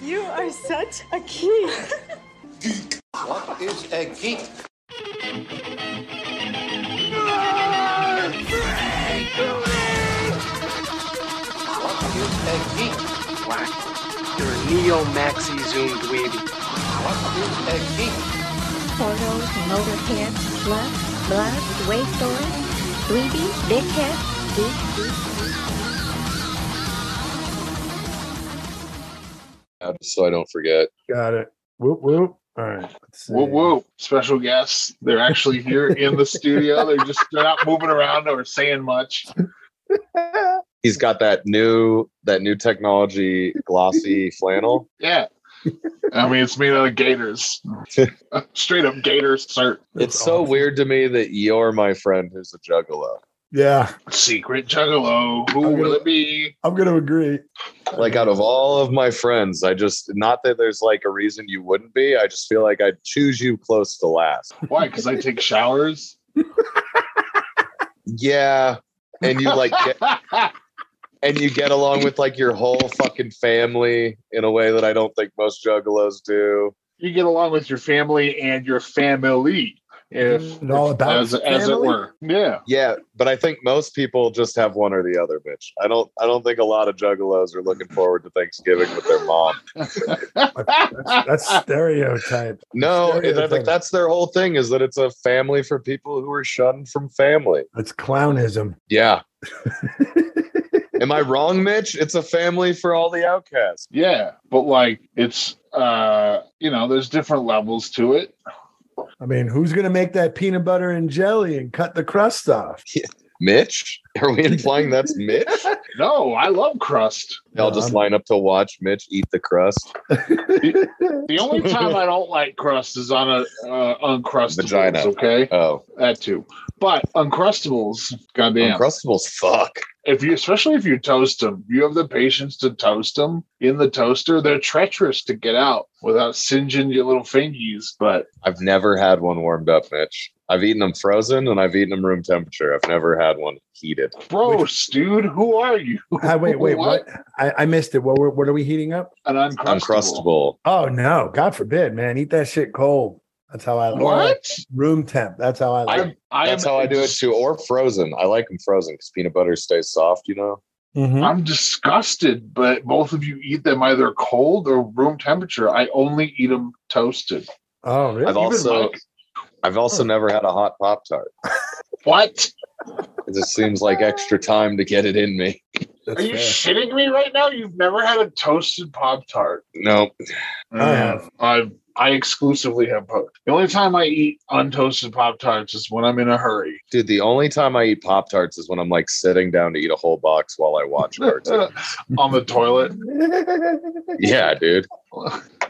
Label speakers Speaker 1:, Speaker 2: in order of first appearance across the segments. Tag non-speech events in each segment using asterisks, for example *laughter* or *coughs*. Speaker 1: You are such a geek.
Speaker 2: What is a geek? What is a geek?
Speaker 3: You're a neo maxi zoom dweeby.
Speaker 2: What is a geek?
Speaker 4: Portals, motorhead, slut, blood, wasteland, 3D, dickhead, geek, geek,
Speaker 5: Uh, just so I don't forget.
Speaker 6: Got it. Whoop whoop. All right. Let's see.
Speaker 7: Whoa, whoa! Special guests. They're actually here in the studio. They're just they're not moving around or saying much.
Speaker 5: He's got that new that new technology
Speaker 6: *laughs*
Speaker 5: glossy flannel.
Speaker 7: Yeah. I mean, it's made out of gators. Straight up gator cert.
Speaker 6: That's
Speaker 5: it's so
Speaker 6: awesome.
Speaker 5: weird to me that you're my friend who's a juggalo.
Speaker 6: Yeah,
Speaker 7: Secret juggalo. Who
Speaker 6: I'm
Speaker 7: will
Speaker 6: gonna-
Speaker 7: it be?
Speaker 6: I'm gonna agree.
Speaker 5: Like out of all of my friends, I just not that there's like a reason you wouldn't be. I just feel like I'd choose you close to last.
Speaker 7: Why? Because I take showers. *laughs*
Speaker 5: Yeah. And you like get,
Speaker 6: *laughs*
Speaker 5: and you get along with like your whole fucking family in a way that I don't think most juggalos do.
Speaker 7: you get along with your family and your family, if
Speaker 6: And all about
Speaker 7: as as it
Speaker 6: family?
Speaker 7: were. *laughs* Yeah.
Speaker 5: Yeah, but I think most people just have one or the other, bitch. I don't I don't think a lot of juggalos are looking forward to Thanksgiving with their mom.
Speaker 6: That's stereotype.
Speaker 5: No,
Speaker 6: Stereo
Speaker 5: and I
Speaker 6: thing.
Speaker 5: think that's their whole thing is that it's a family for people who are shunned from family.
Speaker 6: That's clownism.
Speaker 5: Yeah. Am I wrong, Mitch? It's a family for all the outcasts.
Speaker 7: yeah. But like it's uh you know, there's different levels to it.
Speaker 6: I mean, who's gonna make that peanut butter and jelly and cut the crust off?
Speaker 5: Mitch? Are we implying that's Mitch?
Speaker 7: No, I love crust.
Speaker 5: They all
Speaker 6: No,
Speaker 5: just
Speaker 6: I'm-
Speaker 5: line up to watch Mitch eat the crust.
Speaker 7: The only time I don't like crust is on a uh, uncrustables.
Speaker 5: Vagina.
Speaker 7: Okay,
Speaker 5: Oh,
Speaker 7: that too. But uncrustables, goddamn.
Speaker 5: Uncrustables, fuck.
Speaker 7: if you, especially if you toast them, you have the patience to toast them in the toaster. They're treacherous to get out without singeing your little fingies. But
Speaker 5: I've never had one warmed up, Mitch. I've eaten them frozen and I've eaten them room temperature. I've never had one heated.
Speaker 7: gross, dude. Who are you?
Speaker 6: Ah, wait, wait,
Speaker 7: What?
Speaker 6: what? I, I missed it. What were- what are we heating up?
Speaker 7: An uncrustable.
Speaker 5: Uncrustable.
Speaker 6: Oh no, God forbid, man. Eat that shit cold. That's how I
Speaker 7: What?
Speaker 6: room temp. That's how I like.
Speaker 7: I'm- I
Speaker 5: That's
Speaker 7: am
Speaker 5: how I do it
Speaker 7: dis-
Speaker 5: too. Or frozen. I like them frozen because peanut butter stays soft, you know? Mm-hmm.
Speaker 6: Mhm.
Speaker 7: I'm disgusted, but both of you eat them either cold or room temperature. I only eat them toasted.
Speaker 6: Oh really?
Speaker 5: I've also
Speaker 7: Mike.
Speaker 5: I've also never had a hot Pop Tart.
Speaker 7: What?
Speaker 5: It just seems like extra time to get it in me.
Speaker 6: That's
Speaker 7: Are you
Speaker 6: fair.
Speaker 7: shitting me right now? You've never had a toasted Pop Tart.
Speaker 5: No.
Speaker 6: I have.
Speaker 7: I I exclusively have Pop. The only time I eat untoasted Pop Tarts is when I'm in a hurry.
Speaker 5: Dude, the only time I eat Pop Tarts is when I'm like sitting down to eat a whole box while I watch
Speaker 7: *laughs*
Speaker 5: cartoons.
Speaker 7: On the toilet. *laughs*
Speaker 5: yeah, dude.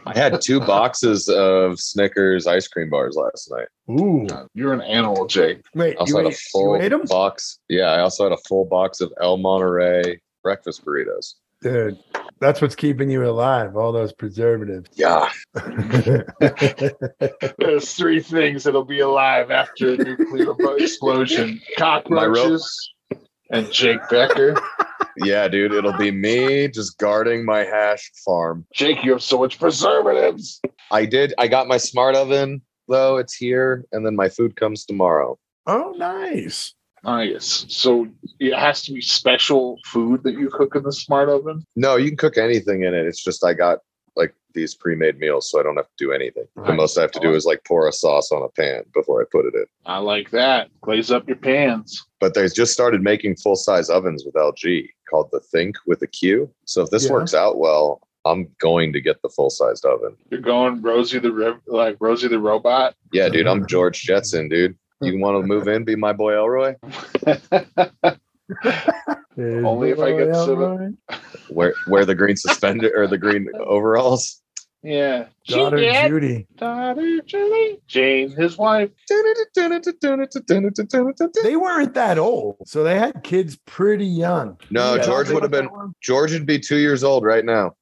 Speaker 5: I had two boxes of Snickers ice cream bars last night.
Speaker 6: Ooh,
Speaker 7: You're an animal, Jake.
Speaker 6: wait,
Speaker 5: I also
Speaker 6: you
Speaker 5: had a
Speaker 6: ate, you ate
Speaker 5: full
Speaker 6: 'em?
Speaker 5: box. Yeah, I also had a full box of El Monterey breakfast burritos.
Speaker 6: dude. That's what's keeping you alive. All those preservatives. *laughs*
Speaker 5: Yeah.
Speaker 7: There's three things that'll be alive after a nuclear bo-
Speaker 6: *laughs*
Speaker 7: explosion. Cockroaches and Jake Becker.
Speaker 5: Yeah, dude. It'll be me just guarding my hash farm.
Speaker 7: Jake, you have so much preservatives.
Speaker 5: I did. I got my smart oven though. It's here, and then my food comes tomorrow.
Speaker 6: oh, nice.
Speaker 7: Nice. Ah, So it has to be special food that you cook in the smart oven.
Speaker 5: No, you can cook anything in it. It's just I got like these pre-made meals, so I don't have to do anything. The
Speaker 7: Right.
Speaker 5: most I have to do is like pour a sauce on a pan before I put it in.
Speaker 7: I like that. Glaze up your pans.
Speaker 5: But they just started making full-size ovens with LG called the Think with a Q. So if this
Speaker 6: Yeah.
Speaker 5: works out well, I'm going to get the full-sized oven.
Speaker 7: You're going Rosie the Rev- like Rosie the robot.
Speaker 5: Yeah, dude. I'm George Jetson, dude. You want to move in, be my boy Elroy?
Speaker 6: Is
Speaker 7: Only if I get
Speaker 6: L'Oreal
Speaker 7: some-
Speaker 6: right?
Speaker 5: Wear wear the green suspender or the green overalls.
Speaker 7: yeah.
Speaker 6: daughter
Speaker 7: Juliet,
Speaker 6: Judy.
Speaker 7: daughter Julie. Jane, his wife.
Speaker 6: They weren't that old, so they had kids pretty young.
Speaker 5: No,
Speaker 6: Yeah.
Speaker 5: George would have been George would be two years old right now.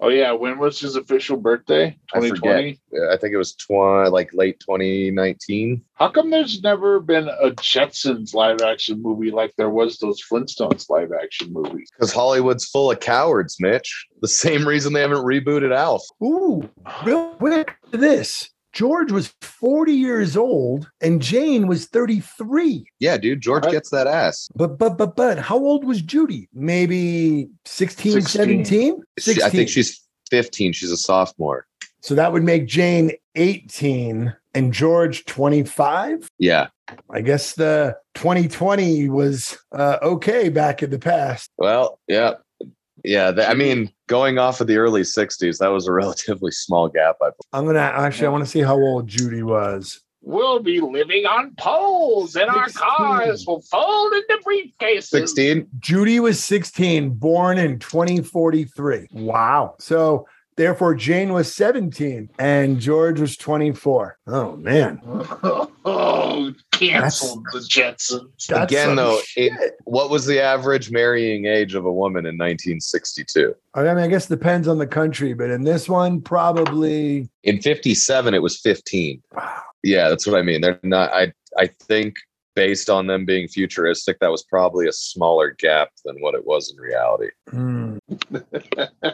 Speaker 7: Oh yeah, when was his official birthday?
Speaker 5: I
Speaker 7: Twenty
Speaker 5: forget.
Speaker 7: twenty.
Speaker 5: Yeah, I think it was tw- like late 2019.
Speaker 7: How come there's never been a Jetsons live action movie like there was those Flintstones live action movies?
Speaker 5: Because Hollywood's full of cowards, Mitch. The same reason they haven't rebooted Alf.
Speaker 6: Ooh, real quick to this. George was 40 years old and Jane was 33.
Speaker 5: Yeah, dude, George
Speaker 7: Right.
Speaker 5: gets that ass.
Speaker 6: But but but but how old was Judy? Maybe 16,
Speaker 7: 16.
Speaker 6: 17?
Speaker 5: She- I think she's 15. She's a sophomore.
Speaker 6: so that would make Jane 18 and George 25.
Speaker 5: Yeah.
Speaker 6: I guess the 2020 was uh, okay back in the past.
Speaker 5: Well, yeah. Yeah. th- I mean, going off of the early 60s, that was a *laughs* relatively small gap. I believe.
Speaker 6: I'm gonna actually I want to see how old Judy was.
Speaker 7: We'll be living on poles, and our
Speaker 6: Sixteen.
Speaker 7: cars will fold into briefcases.
Speaker 5: 16?
Speaker 6: Judy was 16, born in 2043. Wow. So therefore Jane was 17 and George was 24. Oh man.
Speaker 7: *laughs* oh, canceled the Jetsons.
Speaker 6: That's
Speaker 5: Again,
Speaker 6: some
Speaker 5: though,
Speaker 6: shit.
Speaker 5: it, what was the average marrying age of a woman in 1962?
Speaker 6: I mean, I guess it depends on the country, but in this one, probably
Speaker 5: In 57, it was 15.
Speaker 6: wow,
Speaker 5: Yeah, that's what I mean. They're not. I I think based on them being futuristic, that was probably a smaller gap than what it was in reality.
Speaker 6: Hmm.
Speaker 7: *laughs*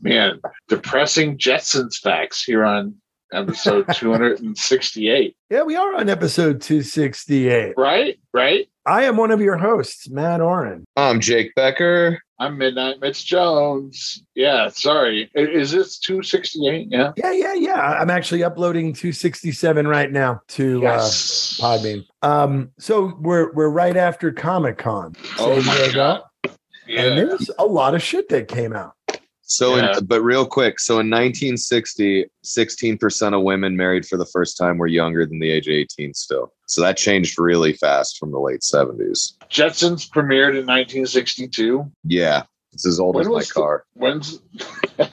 Speaker 7: Man, depressing Jetsons facts here on
Speaker 6: *laughs*
Speaker 7: episode 268.
Speaker 6: Yeah, we are on episode 268.
Speaker 7: Right? Right?
Speaker 6: I am one of your hosts, Matt Oren.
Speaker 5: I'm Um, Jake Becker.
Speaker 7: I'm Midnight Mitch Jones. Yeah, sorry. I- Is this 268? Yeah.
Speaker 6: Yeah, yeah, yeah. I'm actually uploading 267 right now to
Speaker 7: Yes.
Speaker 6: uh, Podbean. Um, so we're we're right after Comic Con,
Speaker 7: Oh my god.
Speaker 6: and
Speaker 7: Yeah.
Speaker 6: there's a lot of shit that came
Speaker 7: *laughs*
Speaker 6: out.
Speaker 5: So,
Speaker 7: Yeah.
Speaker 5: in, but real quick. So in 1960, 16% of women married for the first time were younger than the age of 18 still. So that changed really fast from the late 70s.
Speaker 7: Jetsons premiered in 1962.
Speaker 5: Yeah. It's as old
Speaker 7: When
Speaker 5: as my
Speaker 7: was the-
Speaker 5: car.
Speaker 6: *laughs*
Speaker 7: When's and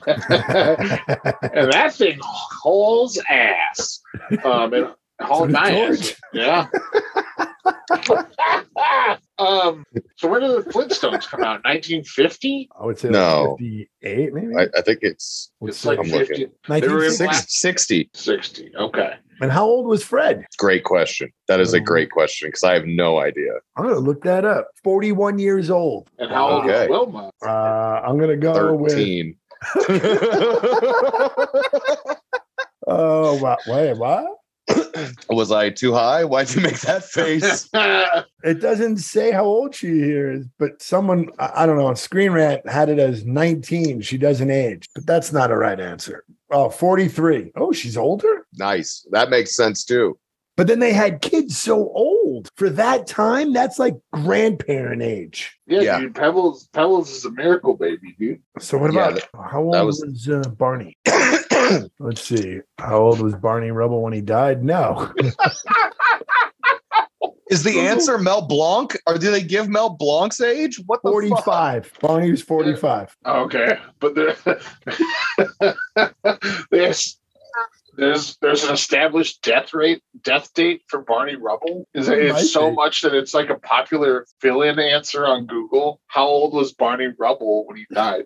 Speaker 7: that thing hauls ass. Um, it hauled
Speaker 6: So
Speaker 7: my
Speaker 6: did
Speaker 7: ass. Yeah. *laughs* um, so when did the Flintstones come out? 1950?
Speaker 6: I would say
Speaker 5: No.
Speaker 6: like 58, maybe.
Speaker 5: I, I think it's
Speaker 7: It's like
Speaker 5: I'm looking.
Speaker 7: 50,
Speaker 5: they were in
Speaker 6: 1960.
Speaker 7: black-
Speaker 5: six, 60.
Speaker 7: 60. Okay.
Speaker 6: And how old was Fred?
Speaker 5: Great question. That
Speaker 7: Oh.
Speaker 5: is a great question because I have no idea.
Speaker 6: I'm gonna look that up. 41 years old.
Speaker 7: And how old
Speaker 5: Okay.
Speaker 7: was Wilma? *laughs*
Speaker 6: Uh, I'm gonna go with
Speaker 5: 13.
Speaker 6: Oh, wow. Wait, what?
Speaker 5: *laughs* Was I too high? Why'd you make that
Speaker 7: *laughs*
Speaker 5: face?
Speaker 6: It doesn't say how old she is, but someone, I I don't know, on Screen Rant had it as 19. She doesn't age, but that's not a right answer. Oh, 43. Oh, she's older?
Speaker 5: nice. That makes sense too.
Speaker 6: But then they had kids so old for that time. That's like grandparent age.
Speaker 7: yeah,
Speaker 5: Yeah.
Speaker 7: dude. Pebbles Pebbles is a miracle baby, dude.
Speaker 6: So, what
Speaker 5: Yeah,
Speaker 6: about how old
Speaker 5: that
Speaker 6: was,
Speaker 5: was-
Speaker 6: uh, Barney? *coughs* Let's see. How old was Barney Rubble when he died?
Speaker 5: *laughs*
Speaker 6: No.
Speaker 5: Is the answer Mel Blanc? Or do they give Mel Blanc's age? What the fuck?
Speaker 6: 45. Barney was 45.
Speaker 7: Okay. But there, *laughs* there's there's there's an established death rate death date for Barney Rubble. Is it,
Speaker 6: There might
Speaker 7: it's so
Speaker 6: be.
Speaker 7: much that it's like a popular fill-in answer on Google. How old was Barney Rubble when he died?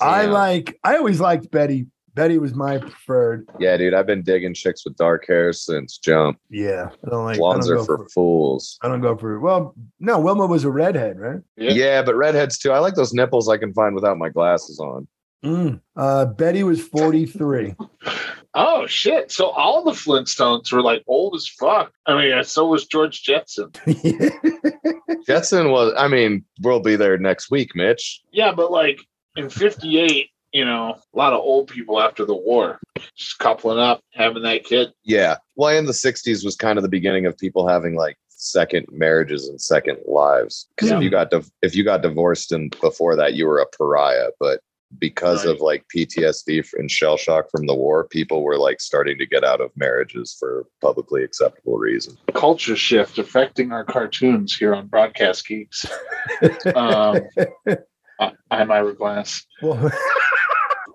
Speaker 6: I
Speaker 5: Damn.
Speaker 6: like, I always liked Betty. Betty was my preferred.
Speaker 5: Yeah, dude. I've been digging chicks with dark hair since jump.
Speaker 6: Yeah, I don't like.
Speaker 5: Blondes
Speaker 6: I don't
Speaker 5: are
Speaker 6: go
Speaker 5: for fools.
Speaker 6: I don't go for. Well, no, Wilma was a redhead, right?
Speaker 5: Yeah. but redheads too. I like those nipples I can find without my glasses on.
Speaker 6: Mm. Uh, Betty was
Speaker 5: *laughs*
Speaker 6: forty three.
Speaker 7: Oh shit! So all the Flintstones were like old as fuck. I mean, and so was George Jetson.
Speaker 5: Jetson was, I mean, we'll be there next week, Mitch.
Speaker 7: Yeah, but like in '58, you know, a lot of old people after the war just coupling up, having that kid.
Speaker 5: Yeah. Well, in the 60s was kind of the beginning of people having like second marriages and second lives. Because
Speaker 7: Yeah.
Speaker 5: if you got div- if you got divorced and before that, you were a pariah. But because of like PTSD f- and shell shock from the war, people were like starting to get out of marriages for publicly acceptable reasons.
Speaker 7: Culture shift affecting our cartoons here on Broadcast Geeks. Um,
Speaker 6: *laughs*
Speaker 7: I- I'm Ira Glass.
Speaker 6: well, *laughs*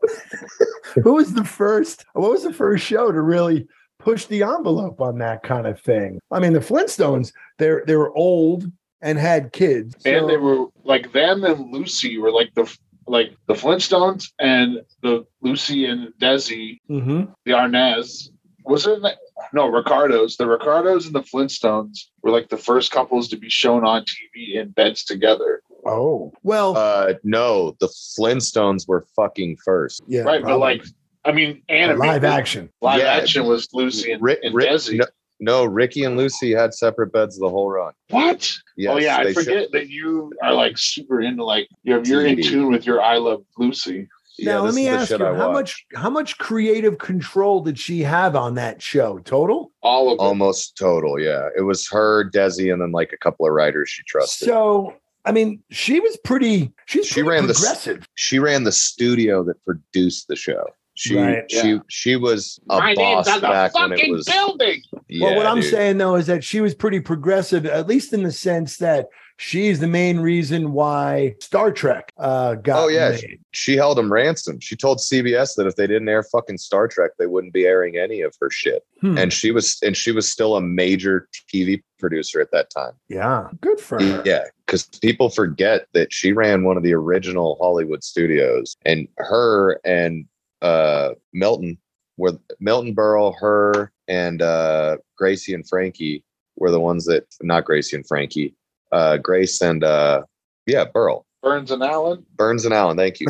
Speaker 6: who was the first? What was the first show to really push the envelope on that kind of thing? I mean, the Flintstones. They're they were old and had kids, so-
Speaker 7: And they were like them and Lucy were like the like the Flintstones and the Lucy and Desi,
Speaker 6: Mm-hmm.
Speaker 7: the Arnaz. Was it like- no Ricardos? The Ricardos and the Flintstones were like the first couples to be shown on TV in beds together.
Speaker 6: Oh well,
Speaker 5: Uh, no, the Flintstones were fucking first.
Speaker 6: yeah,
Speaker 7: right, but
Speaker 6: probably.
Speaker 7: like I mean, anime
Speaker 6: live action.
Speaker 7: live
Speaker 5: Yeah.
Speaker 7: action was Lucy and,
Speaker 5: Rick,
Speaker 7: and
Speaker 5: Rick-
Speaker 7: Desi.
Speaker 5: no, no, Ricky and Lucy had separate beds the whole run.
Speaker 7: What?
Speaker 5: Yes,
Speaker 7: oh yeah, I
Speaker 5: they should-
Speaker 7: forget that you are like super into like you're you're in
Speaker 5: TV.
Speaker 7: tune with your I Love Lucy.
Speaker 5: yeah,
Speaker 6: now let
Speaker 5: this is
Speaker 6: me
Speaker 5: the
Speaker 6: ask you,
Speaker 5: shit I
Speaker 6: how
Speaker 5: watch.
Speaker 6: much how much creative control did she have on that show? Total.
Speaker 7: All of them.
Speaker 5: Almost total, yeah. It was her, Desi, and then like a couple of writers she trusted.
Speaker 6: So I mean, she was pretty. She's
Speaker 5: She
Speaker 6: pretty
Speaker 5: ran the s-
Speaker 6: progressive.
Speaker 5: she ran the studio that produced the show. She
Speaker 6: Right,
Speaker 5: she
Speaker 7: yeah.
Speaker 5: she was a boss back when it was.
Speaker 7: building.
Speaker 5: Yeah,
Speaker 6: well, what I'm
Speaker 5: dude.
Speaker 6: saying though is that she was pretty progressive, at least in the sense that she's the main reason why Star Trek uh, got.
Speaker 5: Oh, yeah.
Speaker 6: made.
Speaker 5: she held them ransom. She told CBS that if they didn't air fucking Star Trek, they wouldn't be airing any of her shit.
Speaker 6: Hmm.
Speaker 5: And she was and she was still a major TV producer at that time.
Speaker 6: yeah, good for her.
Speaker 5: Yeah, because people forget that she ran one of the original Hollywood studios, and her and uh, Milton were Milton Berle, her and uh, Gracie and Frankie were the ones that not Gracie and Frankie, uh, Grace and uh, yeah Burl.
Speaker 7: Burns and Allen. *laughs*
Speaker 5: Burns and Allen, thank you.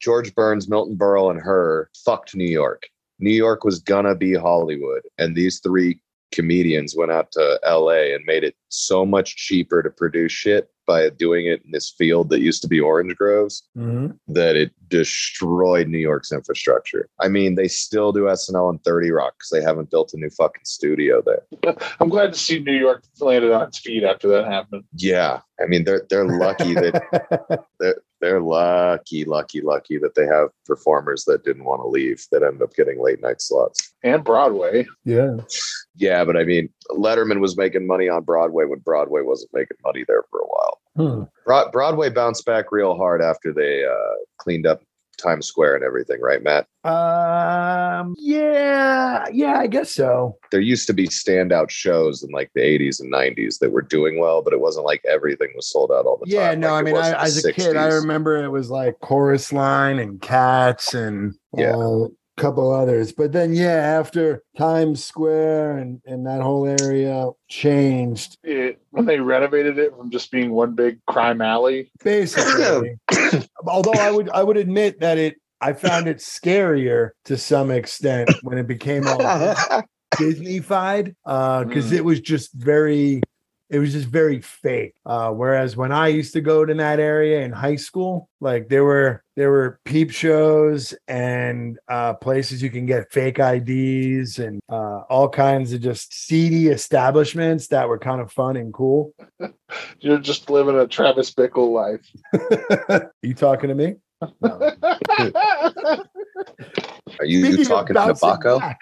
Speaker 5: George Burns, Milton Berle, and her fucked New York. New York was gonna be Hollywood. And these three comedians went out to LA and made it so much cheaper to produce shit by doing it in this field that used to be orange groves
Speaker 6: Mhm.
Speaker 5: that it destroyed New York's infrastructure. I mean, they still do SNL and 30 Rock because they haven't built a new fucking studio there.
Speaker 7: I'm glad to see New York landed on its feet after that happened.
Speaker 5: Yeah. I mean, they're they're lucky
Speaker 6: *laughs*
Speaker 5: that they're lucky, lucky, lucky that they have performers that didn't want to leave that end up getting late night slots.
Speaker 7: And Broadway.
Speaker 6: *laughs* yeah.
Speaker 5: Yeah, but I mean, Letterman was making money on Broadway when Broadway wasn't making money there for a while.
Speaker 6: Hmm.
Speaker 5: Bro- Broadway bounced back real hard after they uh, cleaned up Times Square and everything, right, Matt?
Speaker 6: Um. Yeah. Yeah. I guess so.
Speaker 5: There used to be standout shows in like the 80s and 90s that were doing well, but it wasn't like everything was sold out all the
Speaker 6: Yeah.
Speaker 5: time.
Speaker 6: no.
Speaker 5: like
Speaker 6: I
Speaker 5: it
Speaker 6: mean,
Speaker 5: was
Speaker 6: I,
Speaker 5: in the
Speaker 6: as a kid, I
Speaker 5: 60s.
Speaker 6: remember it was like Chorus Line and Cats and
Speaker 5: Yeah.
Speaker 6: uh, a couple others. But then, yeah, after Times Square and and that whole area changed
Speaker 7: It, when they renovated it from just being one big crime alley.
Speaker 6: basically. Although I would I would admit that it I found it scarier to some extent when it became all Disneyfied because
Speaker 7: Mm.
Speaker 6: it was just very it was just very fake. Uh, whereas when I used to go to that area in high school, like there were there were peep shows and uh, places you can get fake IDs and uh, all kinds of just seedy establishments that were kind of fun and cool. *laughs*
Speaker 7: You're just living a Travis Bickle life. *laughs*
Speaker 6: you talking to me?
Speaker 5: Are you,
Speaker 6: Speaking
Speaker 5: you
Speaker 6: of
Speaker 5: talking to
Speaker 6: bouncing
Speaker 5: Baco?
Speaker 6: back,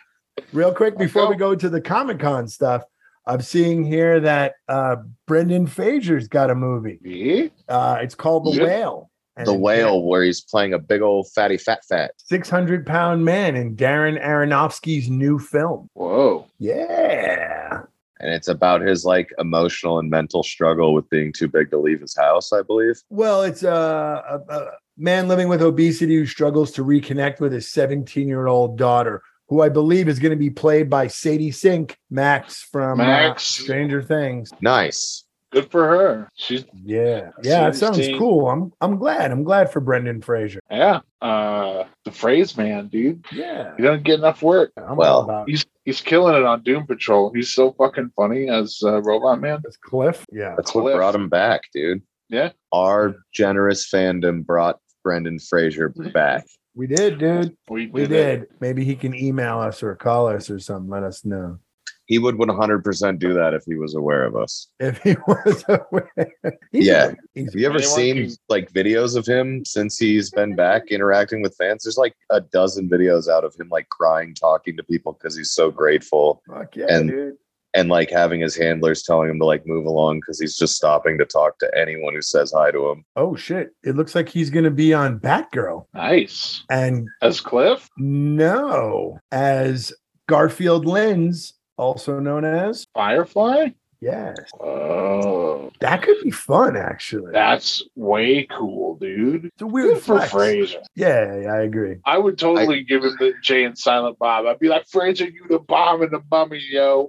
Speaker 6: Real quick before we go to the Comic Con stuff, I'm seeing here that uh, Brendan Fraser's got a movie.
Speaker 7: Me?
Speaker 6: Uh, it's called The
Speaker 7: Yeah.
Speaker 6: Whale. And
Speaker 5: The
Speaker 6: it's
Speaker 5: Whale, where he's playing a big old fatty fat fat.
Speaker 6: a 600 pound man in Darren Aronofsky's new film.
Speaker 7: Whoa.
Speaker 6: Yeah.
Speaker 5: and it's about his like emotional and mental struggle with being too big to leave his house i believe
Speaker 6: Well, it's uh, a, a, a man living with obesity who struggles to reconnect with his 17 year old daughter, who I believe is going to be played by Sadie Sink, Max from uh,
Speaker 7: Max.
Speaker 6: Stranger Things.
Speaker 5: nice
Speaker 7: Good for her. She's
Speaker 6: Yeah, yeah, that
Speaker 7: Series
Speaker 6: sounds
Speaker 7: D.
Speaker 6: cool. I'm I'm glad. I'm glad for Brendan Fraser.
Speaker 7: yeah. Uh the phrase man, dude.
Speaker 6: Yeah,
Speaker 7: You don't get enough work.
Speaker 6: I'm
Speaker 5: Well,
Speaker 6: all about
Speaker 7: He's he's killing it on Doom Patrol. He's so fucking funny as uh, Robot Man.
Speaker 6: this Cliff. Yeah,
Speaker 5: that's what
Speaker 7: Cliff.
Speaker 5: brought him back dude
Speaker 7: Yeah.
Speaker 5: our generous fandom brought brendan fraser
Speaker 7: Mm-hmm.
Speaker 5: back
Speaker 6: we did, dude. We
Speaker 7: it.
Speaker 6: did. Maybe he can email us or call us or something. Let us know *laughs*
Speaker 5: he would 100% do that if he was aware of us
Speaker 6: if he was *laughs* aware. He's
Speaker 5: Yeah.
Speaker 6: aware. He's-
Speaker 5: have you ever
Speaker 7: Anyone
Speaker 5: seen
Speaker 7: can-
Speaker 5: like videos of him since he's been back interacting with fans there's like a dozen videos out of him like crying talking to people because he's so grateful
Speaker 6: fuck yeah,
Speaker 5: And-
Speaker 6: dude.
Speaker 5: and like having his handlers telling him to like move along because he's just stopping to talk to anyone who says hi to him
Speaker 6: Oh shit! It looks like he's gonna be on Batgirl
Speaker 7: Nice.
Speaker 6: and
Speaker 7: As Cliff?
Speaker 6: no as Garfield Lens, also known as
Speaker 7: Firefly?
Speaker 6: Yes.
Speaker 7: Oh,
Speaker 6: That could be fun, actually.
Speaker 7: that's way cool, dude.
Speaker 6: it's a weird
Speaker 7: Good for
Speaker 6: flex.
Speaker 7: Fraser.
Speaker 6: Yeah, yeah, I agree. *laughs*
Speaker 7: I would totally give him the Jay and Silent Bob. I'd be like, Fraser, you the bomb and the mummy, yo.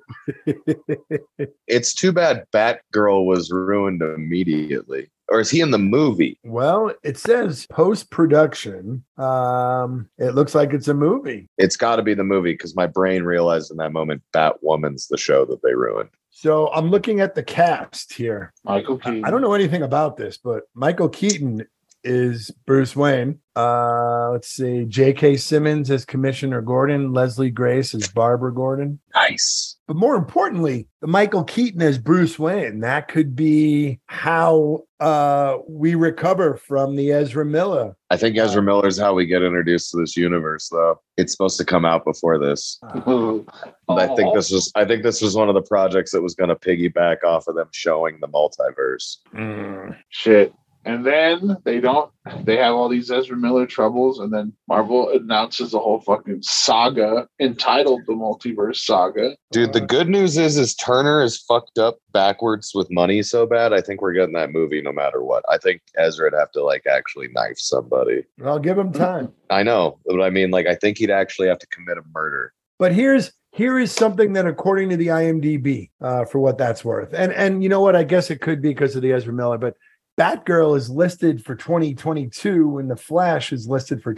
Speaker 5: It's too bad Batgirl was ruined immediately. Or is he in the movie?
Speaker 6: Well, it says post production. Um, it looks like it's a movie.
Speaker 5: It's got to be the movie because my brain realized in that moment Batwoman's the show that they ruined.
Speaker 6: So I'm looking at the cast here.
Speaker 7: Michael Keaton. *laughs*
Speaker 6: I don't know anything about this, but Michael Keaton is Bruce Wayne. Uh, let's see. J.K. Simmons as Commissioner Gordon. Leslie Grace as Barbara Gordon.
Speaker 5: Nice.
Speaker 6: But more importantly, the Michael Keaton as Bruce Wayne. That could be how uh, we recover from the Ezra Miller.
Speaker 5: I think Ezra Miller's how we get introduced to this universe, though. It's supposed to come out before this.
Speaker 7: Oh.
Speaker 5: And I think this was I think this was one of the projects that was going to piggyback off of them showing the multiverse.
Speaker 7: Shit. And then they don't, they have all these Ezra Miller troubles. And then Marvel announces a whole fucking saga entitled The Multiverse Saga.
Speaker 5: Dude, the good news is is Turner is fucked up backwards with money so bad. I think we're getting that movie no matter what. I think Ezra'd have to like actually knife somebody.
Speaker 6: I'll give him time.
Speaker 5: I know, but I mean, like, I think he'd actually have to commit a murder.
Speaker 6: But here's here is something that, according to the IMDb, uh, for what that's worth, and and you know what, I guess it could be because of the Ezra Miller, but Batgirl is listed for 2022, and the Flash is listed for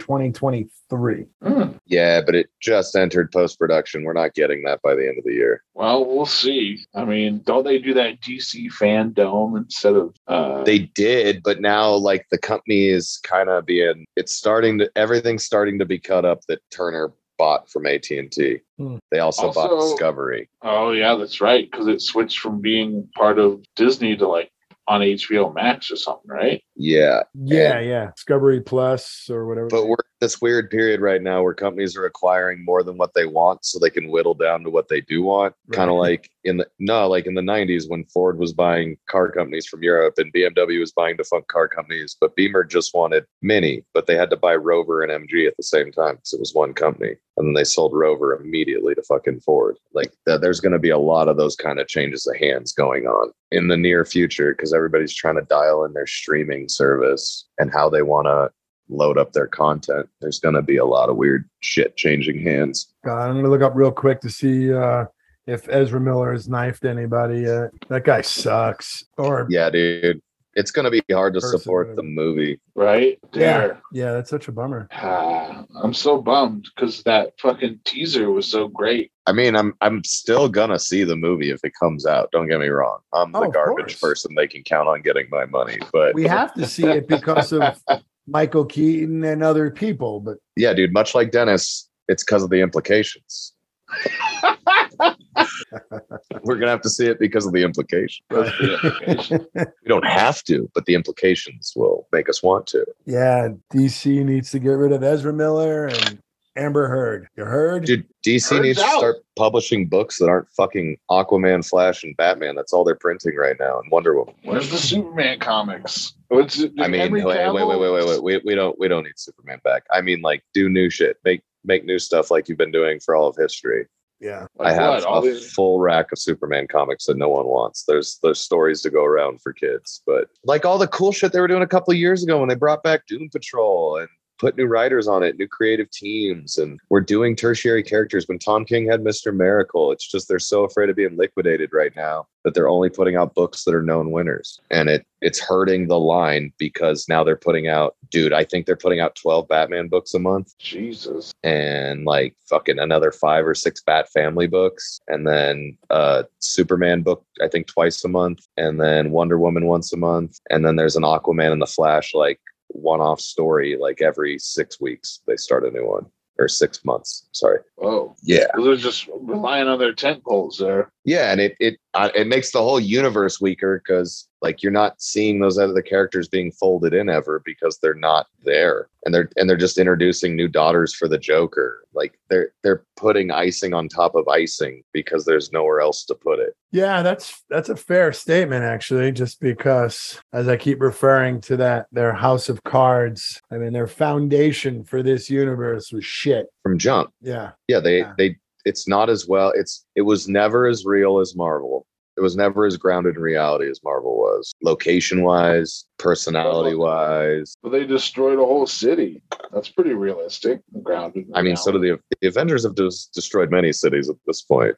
Speaker 6: 2023.
Speaker 5: Yeah, but it just entered post production. We're not getting that by the end of the year.
Speaker 7: Well, we'll see. I mean, don't they do that DC fandom instead of. Uh,
Speaker 5: They did, but now like the company is kind of being it's starting to everything's starting to be cut up that Turner bought from AT and T.
Speaker 6: Hmm.
Speaker 5: They also, bought
Speaker 7: Also-
Speaker 5: Discovery.
Speaker 7: oh, yeah, that's right. Because it switched from being part of Disney to like on HBO Max or something, right?
Speaker 5: Yeah,
Speaker 6: Yeah, yeah, Discovery Plus or whatever.
Speaker 5: but we're in this weird period right now where companies are acquiring more than what they want, so they can whittle down to what they do want. Kind of
Speaker 6: Right.
Speaker 5: like in the no, like in the '90s when Ford was buying car companies from Europe and BMW was buying defunct car companies, but Beamer just wanted Mini, but they had to buy Rover and MG at the same time because it was one company, and then they sold Rover immediately to fucking Ford. Like th- there's going to be a lot of those kind of changes of hands going on in the near future because everybody's trying to dial in their streaming service and how they want to load up their content. There's going to be a lot of weird shit changing hands.
Speaker 6: Uh, I'm gonna look up real quick to see uh, if Ezra Miller has knifed anybody. Uh, that guy sucks. Or yeah.
Speaker 5: Yeah, dude. It's going to be hard to
Speaker 6: Person,
Speaker 5: support the
Speaker 6: whatever.
Speaker 5: movie.
Speaker 7: Right?
Speaker 6: Yeah.
Speaker 7: There.
Speaker 6: that's such a bummer.
Speaker 7: Ah, I'm so bummed because that fucking teaser was so great.
Speaker 5: I mean, I'm I'm still going to see the movie if it comes out. Don't get me wrong. I'm
Speaker 6: Oh,
Speaker 5: the
Speaker 6: of
Speaker 5: garbage
Speaker 6: course.
Speaker 5: person they can count on getting my money, but
Speaker 6: We have to see it because of Michael Keaton and other people, but
Speaker 5: yeah, dude, much like Dennis, it's cuz of the
Speaker 6: *laughs*
Speaker 5: implications. We're going to have to see it because of the implications. *laughs* We don't have to, but the implications will make us want to.
Speaker 6: Yeah, DC needs to get rid of Ezra Miller and Amber Heard. You heard?
Speaker 5: Dude, DC
Speaker 7: Turns
Speaker 5: needs to
Speaker 7: out.
Speaker 5: start publishing books that aren't fucking Aquaman, Flash, and Batman. That's all they're printing right now, and Wonder Woman.
Speaker 7: Where's the Superman comics? What's it,
Speaker 5: I mean,
Speaker 7: Henry
Speaker 5: wait, wait, wait,
Speaker 7: Cavill-
Speaker 5: wait, wait, wait. We, we don't we don't need Superman back. I mean, like, do new shit. Make make new stuff like you've been doing for all of history.
Speaker 6: yeah.
Speaker 5: I
Speaker 7: Like
Speaker 5: have
Speaker 7: what? All
Speaker 5: a
Speaker 7: these-
Speaker 5: full rack of Superman comics that no one wants. There's there's stories to go around for kids, but like all the cool shit they were doing a couple of years ago when they brought back Doom Patrol and put new writers on it, new creative teams, and we're doing tertiary characters. When Tom King had Mister Miracle, it's just they're so afraid of being liquidated right now that they're only putting out books that are known winners, and it it's hurting the line because now they're putting out, dude. I think they're putting out twelve Batman books a month
Speaker 7: Jesus.
Speaker 5: and like fucking another five or six Bat Family books, and then uh Superman book I think twice a month, and then Wonder Woman once a month, and then there's an Aquaman and the Flash like one-off story like every six weeks they start a new one or six months. Sorry.
Speaker 7: Whoa.
Speaker 5: Yeah,
Speaker 7: They're just relying on their tent poles there.
Speaker 5: yeah, and it it uh, it makes the whole universe weaker because like you're not seeing those other characters being folded in ever because they're not there, and they're and they're just introducing new daughters for the Joker. Like they're they're putting icing on top of icing because there's nowhere else to put it.
Speaker 6: Yeah, that's that's a fair statement actually just because as I keep referring to that their house of cards, I mean their foundation for this universe was shit.
Speaker 5: From jump,
Speaker 6: Yeah.
Speaker 5: yeah, they
Speaker 6: Yeah.
Speaker 5: they it's not as well. It's it was never as real as Marvel. It was never as grounded in reality as Marvel was, location wise, personality wise.
Speaker 7: But they destroyed a whole city. That's pretty realistic. and Grounded. in
Speaker 5: I mean, so do
Speaker 7: reality.
Speaker 5: the, the Avengers have des- destroyed many cities at this point.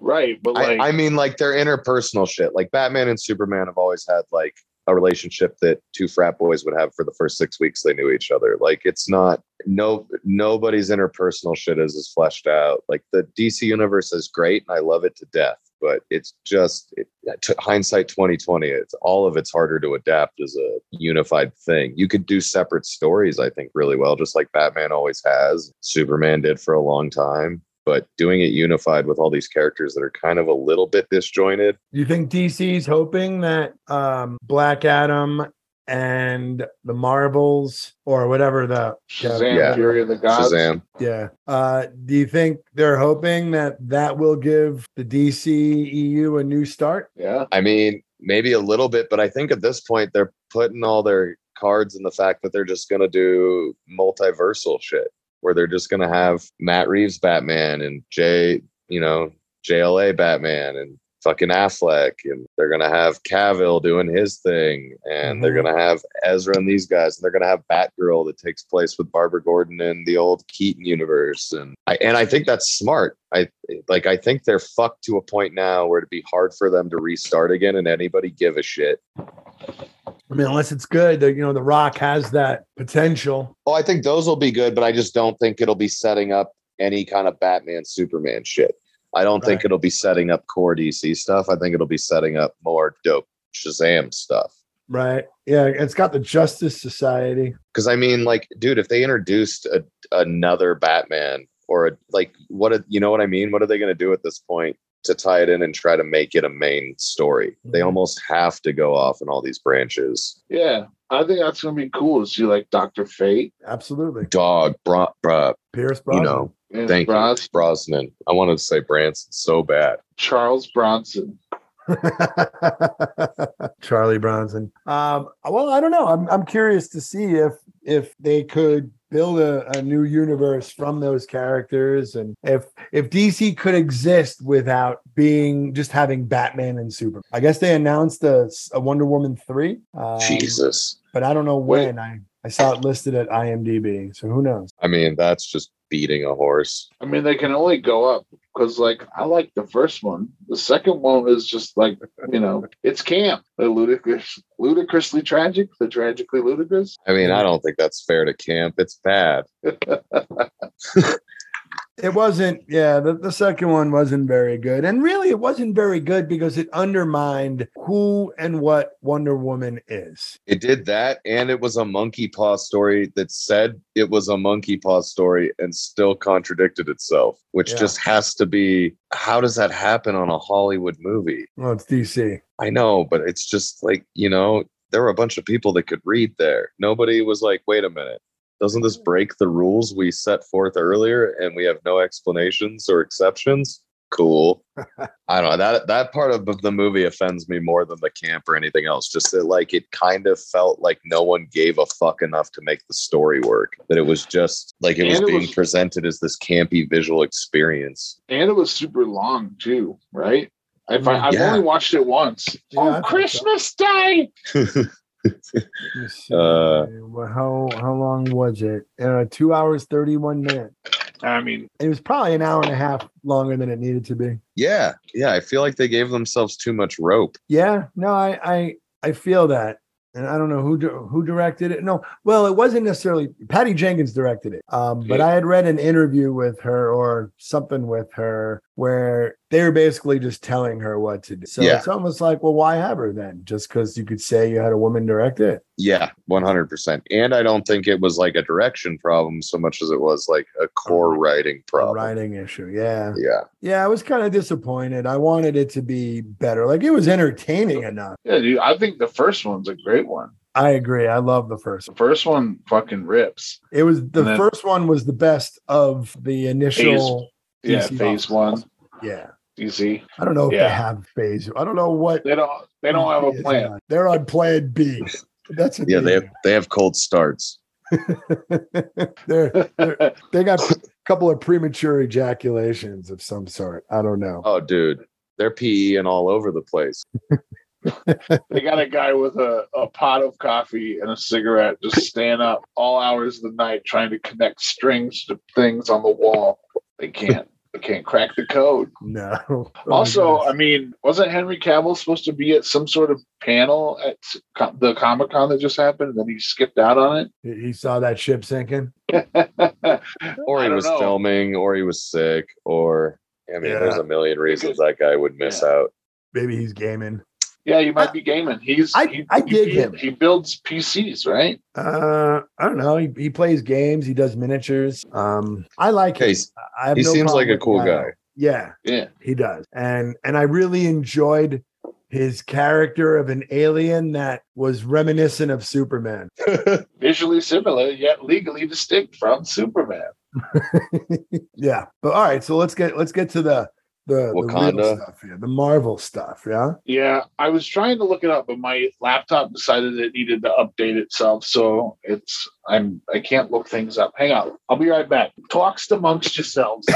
Speaker 7: right, but like
Speaker 5: I, I mean, like their interpersonal shit. Like Batman and Superman have always had like a relationship that two frat boys would have for the first six weeks they knew each other. Like it's not no nobody's interpersonal shit is as fleshed out. Like the DC universe is great and I love it to death, but it's just it, to hindsight twenty twenty. It's all of it's harder to adapt as a unified thing. You could do separate stories, I think, really well, just like Batman always has. Superman did for a long time but doing it unified with all these characters that are kind of a little bit disjointed.
Speaker 6: You think DC's hoping that um, Black Adam and the Marvels or whatever the
Speaker 7: Shazam,
Speaker 5: Yeah.
Speaker 7: Fury of the Gods.
Speaker 5: Shazam.
Speaker 6: yeah. Uh, do you think they're hoping that that will give the DC EU a new start?
Speaker 7: Yeah,
Speaker 5: I mean, maybe a little bit, but I think at this point they're putting all their cards in the fact that they're just going to do multiversal shit where they're just going to have Matt Reeves Batman and Jay, you know, JLA Batman and fucking Affleck and they're going to have Cavill doing his thing and they're
Speaker 6: Mhm.
Speaker 5: going to have Ezra and these guys and they're going to have Batgirl that takes place with Barbara Gordon in the old Keaton universe and I and I think that's smart. I like I think they're fucked to a point now where it'd be hard for them to restart again and anybody give a shit.
Speaker 6: I mean, unless it's good, that you know, The Rock has that potential.
Speaker 5: Oh, I think those will be good, but I just don't think it'll be setting up any kind of Batman Superman shit. I don't think
Speaker 6: Right.
Speaker 5: it'll be setting up core DC stuff. I think it'll be setting up more dope Shazam stuff.
Speaker 6: Right. Yeah. It's got the Justice Society.
Speaker 5: Because I mean, like, dude, if they introduced a, another Batman or a, like, what a, you know what I mean? What are they going to do at this point to tie it in and try to make it a main story? They
Speaker 6: Mhm.
Speaker 5: almost have to go off in all these branches.
Speaker 7: yeah. I think that's gonna be cool to see like Doctor Fate
Speaker 6: Absolutely.
Speaker 5: Dog, bro, bro,
Speaker 6: Pierce
Speaker 5: you
Speaker 6: Brosnan.
Speaker 5: know,
Speaker 7: and
Speaker 5: thank
Speaker 7: Bros-
Speaker 5: you, Brosnan. I wanted to say Branson so bad.
Speaker 7: Charles Bronson.
Speaker 6: *laughs* Charlie Bronson. Um, well, I don't know. I'm I'm curious to see if if they could build a, a new universe from those characters and if if DC could exist without being just having Batman and Superman. I guess they announced a, s- a Wonder Woman 3. Um,
Speaker 5: Jesus.
Speaker 6: But I don't know
Speaker 7: Wait.
Speaker 6: when. I, I saw it listed at IMDb. So who knows?
Speaker 5: I mean, that's just beating a horse.
Speaker 7: I mean, they can only go up because, like, I like the first one. The second one is just like, you know, it's camp. The ludicrous, ludicrously tragic, the tragically ludicrous.
Speaker 5: I mean, I don't think that's fair to camp. It's bad.
Speaker 6: It wasn't, yeah, the, the second one wasn't very good. And really, it wasn't very good because it undermined who and what Wonder Woman is.
Speaker 5: It did that, and it was a monkey paw story that said it was a monkey paw story and still contradicted itself, which
Speaker 6: Yeah.
Speaker 5: just has to be how does that happen on a Hollywood movie?
Speaker 6: Well, it's DC.
Speaker 5: I know, but it's just like, you know, there were a bunch of people that could read there. Nobody was like, wait a minute, doesn't
Speaker 7: Mm-hmm.
Speaker 5: this break the rules we set forth earlier and we have no explanations or exceptions?
Speaker 7: *laughs*
Speaker 5: Cool. I don't know. That that part of the movie offends me more than the camp or anything else. Just that like it kind of felt like no one gave a fuck enough to make the story work. That it was just like it was
Speaker 7: And it
Speaker 5: being
Speaker 7: was-
Speaker 5: presented as this campy visual experience. *laughs*
Speaker 7: And it was super long, too, right? If I, I've
Speaker 5: Yeah.
Speaker 7: only watched it once.
Speaker 6: Yeah, I
Speaker 7: on
Speaker 6: think so.
Speaker 7: Christmas Day.
Speaker 6: Let me see.
Speaker 5: Uh,
Speaker 6: Well, how, how long was it? Uh, two hours, 31 minutes.
Speaker 7: I mean,
Speaker 6: It was probably an hour and a half longer than it needed to be.
Speaker 5: yeah. Yeah. I feel like they gave themselves too much rope.
Speaker 6: Yeah, no, I I I feel that, and I don't know who di- who directed it. No, well, it wasn't necessarily Patty Jenkins directed it, um, but I had read an interview with her or something with her where they were basically just telling her what to do. So
Speaker 5: Yeah.
Speaker 6: it's almost like, well, why have her then? Just because you could say you had a woman direct it.
Speaker 5: Yeah, one hundred percent. And I don't think it was like a direction problem so much as it was like Uh-huh. a core writing
Speaker 6: A
Speaker 5: problem.
Speaker 6: writing issue, yeah,
Speaker 5: *laughs* Yeah,
Speaker 6: yeah. I was kind of disappointed. I wanted it to be better. Like it was entertaining enough.
Speaker 7: yeah, dude, I think the first one's a great one.
Speaker 6: I agree. I love the first.
Speaker 7: The
Speaker 6: one.
Speaker 7: first one fucking rips.
Speaker 6: It was the
Speaker 7: then-
Speaker 6: first one was the best of the initial.
Speaker 7: Yeah,
Speaker 6: DC novels.
Speaker 7: phase one.
Speaker 6: Yeah.
Speaker 7: DC.
Speaker 6: I don't know if
Speaker 7: Yeah.
Speaker 6: they have phase. I don't know what
Speaker 7: They don't. They don't have a
Speaker 6: is
Speaker 7: plan.
Speaker 6: on. They're on plan B. That's what
Speaker 5: yeah. They have they have cold starts.
Speaker 6: they're, they're, they got a couple of premature ejaculations of some sort. I don't know.
Speaker 5: Oh, dude, They're peeing all over the place.
Speaker 7: *laughs* They got a guy with a, a pot of coffee and a cigarette just staying up all hours of the night trying to connect strings to things on the wall. They can't. They can't crack the code.
Speaker 6: No. *laughs* Oh my
Speaker 7: also, I
Speaker 6: goodness.
Speaker 7: mean, wasn't Henry Cavill supposed to be at some sort of panel at s- co- the Comic Con that just happened, and then he skipped out on
Speaker 6: he he saw that ship sinking.
Speaker 7: it? *laughs*
Speaker 5: Or
Speaker 7: I
Speaker 5: he
Speaker 7: don't
Speaker 5: was
Speaker 7: know.
Speaker 5: filming, or he was sick, or I mean,
Speaker 6: Yeah.
Speaker 5: there's a million reasons that guy would miss out.
Speaker 6: Maybe he's gaming.
Speaker 7: Yeah, you might be gaming. He's
Speaker 6: I-
Speaker 7: he,
Speaker 6: I
Speaker 7: he
Speaker 6: dig him.
Speaker 7: build- He builds PCs, right?
Speaker 6: Uh, I don't know. He, he plays games. He does miniatures. Um, I like
Speaker 5: Okay,
Speaker 6: him.
Speaker 5: he's-
Speaker 6: I have
Speaker 5: he
Speaker 6: no
Speaker 5: seems
Speaker 6: problem
Speaker 5: like a
Speaker 6: with
Speaker 5: cool
Speaker 6: Guy.
Speaker 5: guy.
Speaker 6: Yeah,
Speaker 7: Yeah.
Speaker 6: he does. And and I really enjoyed his character of an alien that was reminiscent of Superman.
Speaker 7: Visually similar, yet legally distinct from Superman.
Speaker 6: Yeah. But all right, so let's get let's get to the the, the
Speaker 5: Wakanda.
Speaker 6: real stuff here, the Marvel stuff. Yeah.
Speaker 7: Yeah, I was trying to look it up, but my laptop decided it needed to update itself, so it's I'm I can't look things up. Hang on, I'll be right back. Talks amongst yourselves.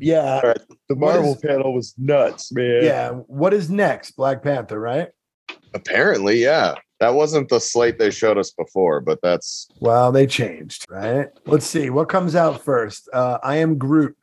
Speaker 6: yeah.
Speaker 5: The
Speaker 6: Marvel
Speaker 5: panel was nuts, man.
Speaker 6: Yeah. What is next? Black Panther, right?
Speaker 5: Apparently, yeah. That wasn't the slate they showed us before, but that's
Speaker 6: Well, they changed, right? Let's see what comes out first. Uh, I am Groot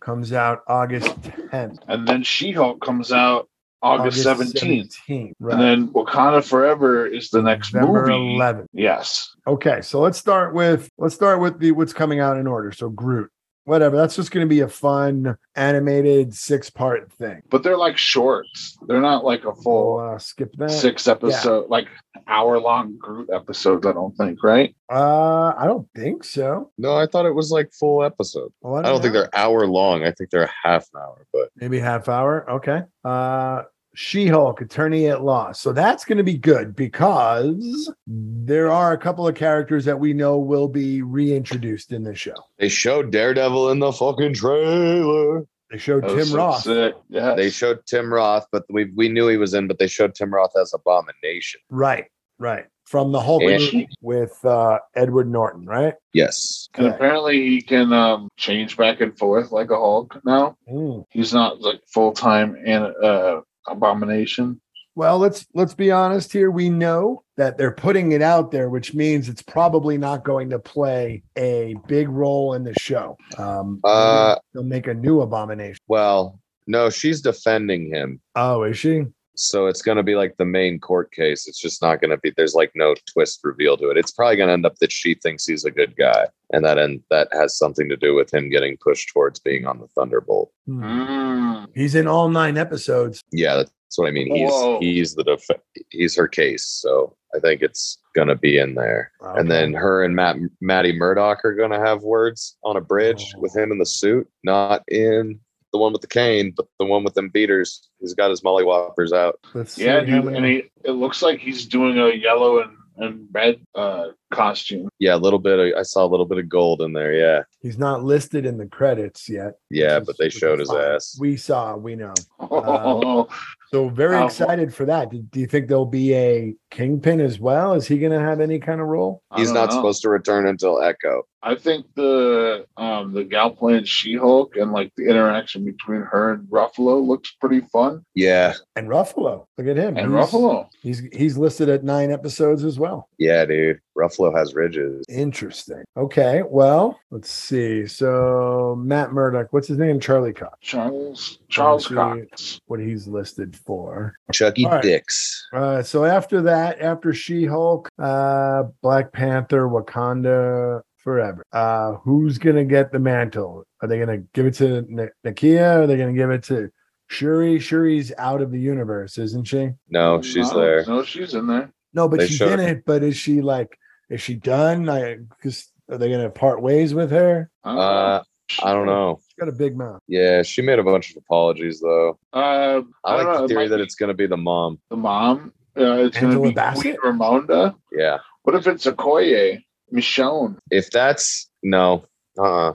Speaker 6: comes out August 10th.
Speaker 7: and then She-Hulk comes out August seventeenth,
Speaker 6: 17th, right.
Speaker 7: and then Wakanda Forever is the next
Speaker 6: November
Speaker 7: movie.
Speaker 6: 11th.
Speaker 7: Yes,
Speaker 6: Okay, so let's start with let's start with the what's coming out in order. So Groot, whatever. That's just going to be a fun animated six part thing.
Speaker 7: but they're like shorts. They're not like a full.
Speaker 6: We'll uh, skip that.
Speaker 7: six episode like hour long Groot episodes. I don't think right.
Speaker 6: Uh, I don't think so.
Speaker 5: no, I thought it was like full episode.
Speaker 6: Well,
Speaker 5: I don't think
Speaker 6: know.
Speaker 5: they're hour long. I think they're half an hour, but
Speaker 6: maybe half hour. Okay. Uh, She Hulk, Attorney at Law. So that's going to be good because there are a couple of characters that we know will be reintroduced in the show.
Speaker 5: they showed Daredevil in the fucking trailer.
Speaker 6: They showed
Speaker 7: That
Speaker 5: Oh,
Speaker 6: Tim
Speaker 7: was so
Speaker 6: Roth.
Speaker 7: sick. Yes.
Speaker 5: They showed Tim Roth, but we we knew he was in, but they showed Tim Roth as Abomination.
Speaker 6: Right. Right. From the Hulk
Speaker 5: And-
Speaker 6: movie with uh, Edward Norton, right?
Speaker 5: Yes.
Speaker 7: and
Speaker 6: Okay.
Speaker 7: apparently he can um, change back and forth like a Hulk now.
Speaker 6: Mm.
Speaker 7: He's not like full time and uh, abomination.
Speaker 6: Well, let's let's be honest here. We know that they're putting it out there, which means it's probably not going to play a big role in the show. Um,
Speaker 5: Uh,
Speaker 6: they'll make a new abomination.
Speaker 5: Well, no, she's defending him.
Speaker 6: Oh, is she?
Speaker 5: So it's going to be like the main court case. It's just not going to be. There's like no twist reveal to it. It's probably going to end up that she thinks he's a good guy, and that and that has something to do with him getting pushed towards being on the Thunderbolt.
Speaker 6: Hmm.
Speaker 7: Mm.
Speaker 6: He's in all nine episodes.
Speaker 5: Yeah, that's what I mean. He's
Speaker 7: Whoa.
Speaker 5: he's the def- he's her case. So I think it's going to be in there. And then her and Matt Maddie Murdock are going to have words on a
Speaker 7: Oh.
Speaker 5: bridge with him in the suit, not in the one with the cane, but the one with them beaters. He's got his molly whoppers out.
Speaker 6: Let's
Speaker 7: Yeah,
Speaker 6: see how
Speaker 7: dude.
Speaker 6: many-
Speaker 7: And he, it looks like he's doing a yellow and, and red uh, costume. *laughs*
Speaker 5: Yeah, a little bit. Of, I saw a little bit of gold in there. Yeah,
Speaker 6: he's not listed in the credits yet.
Speaker 5: yeah,
Speaker 6: which is-
Speaker 5: but they
Speaker 6: which is
Speaker 5: showed his
Speaker 6: fine.
Speaker 5: ass.
Speaker 6: We saw, we know.
Speaker 7: Oh,
Speaker 6: So very
Speaker 7: Uh,
Speaker 6: excited for that. Do, do you think there'll be a kingpin as well? Is he going to have any kind of role?
Speaker 7: I
Speaker 5: He's
Speaker 7: don't
Speaker 5: not
Speaker 7: know.
Speaker 5: supposed to return until Echo.
Speaker 7: I think the um the gal playing She Hulk and like the interaction between her and Ruffalo looks pretty fun.
Speaker 5: Yeah,
Speaker 6: And Ruffalo, look at him.
Speaker 7: And
Speaker 6: he's,
Speaker 7: Ruffalo,
Speaker 6: he's he's listed at nine episodes as well.
Speaker 5: yeah, dude. Ruffalo has ridges.
Speaker 6: Interesting. Okay, well, let's see. So Matt Murdock, what's his name? Charlie Cox.
Speaker 7: Charles Charles
Speaker 6: Let me see.
Speaker 7: Cox.
Speaker 6: What he's listed for.
Speaker 5: Chucky
Speaker 6: All right.
Speaker 5: Dicks.
Speaker 6: Uh, so after that, after She Hulk, uh, Black Panther, Wakanda Forever. Uh, who's gonna get the mantle? Are they gonna give it to N- Nakia? Are they gonna give it to Shuri? Shuri's out of the universe, isn't she?
Speaker 5: No, Oh, she's
Speaker 7: No,
Speaker 5: there.
Speaker 7: No, she's in there.
Speaker 6: No, but
Speaker 5: They
Speaker 6: she's
Speaker 5: showed-
Speaker 6: in it. But is she like? Is she done? I because are they gonna part ways with her?
Speaker 7: I don't know.
Speaker 5: Uh, I don't know.
Speaker 6: She's got a big mouth.
Speaker 5: Yeah, she made a bunch of apologies though.
Speaker 7: Uh,
Speaker 5: I like
Speaker 7: don't know.
Speaker 5: the
Speaker 7: It
Speaker 5: theory
Speaker 7: might
Speaker 5: that
Speaker 7: be
Speaker 5: it's going to be the mom.
Speaker 7: the mom. Uh, it's going to
Speaker 6: Angela
Speaker 7: be Queen
Speaker 6: Bassett?
Speaker 7: Ramonda.
Speaker 5: Yeah.
Speaker 7: What if it's Okoye, Michonne?
Speaker 5: If that's no, uh-uh.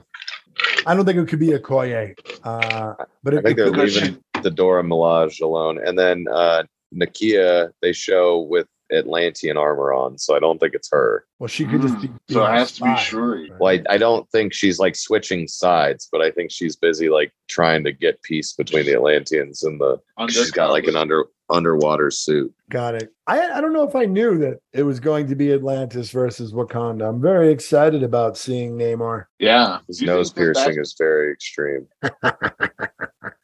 Speaker 6: I don't think it could be a Koye. Uh, but
Speaker 5: I
Speaker 6: it,
Speaker 5: think
Speaker 6: it
Speaker 5: they're
Speaker 6: could-
Speaker 7: because
Speaker 5: leaving the Dora Milaje alone. And then uh Nakia, they show with Atlantean armor on, so I don't think it's her.
Speaker 6: Well, she could just be.
Speaker 7: Mm, so it has to be
Speaker 6: spy,
Speaker 7: Shuri.
Speaker 6: right?
Speaker 5: Well, I, I don't think she's like switching sides, but I think she's busy like trying to get peace between the Atlanteans and the. She's got like an under underwater suit.
Speaker 6: Got it. I, I don't know if I knew that it was going to be Atlantis versus Wakanda. I'm very excited about seeing Namor.
Speaker 7: Yeah.
Speaker 5: His
Speaker 7: You
Speaker 5: nose
Speaker 7: think that that's-
Speaker 5: piercing is very extreme.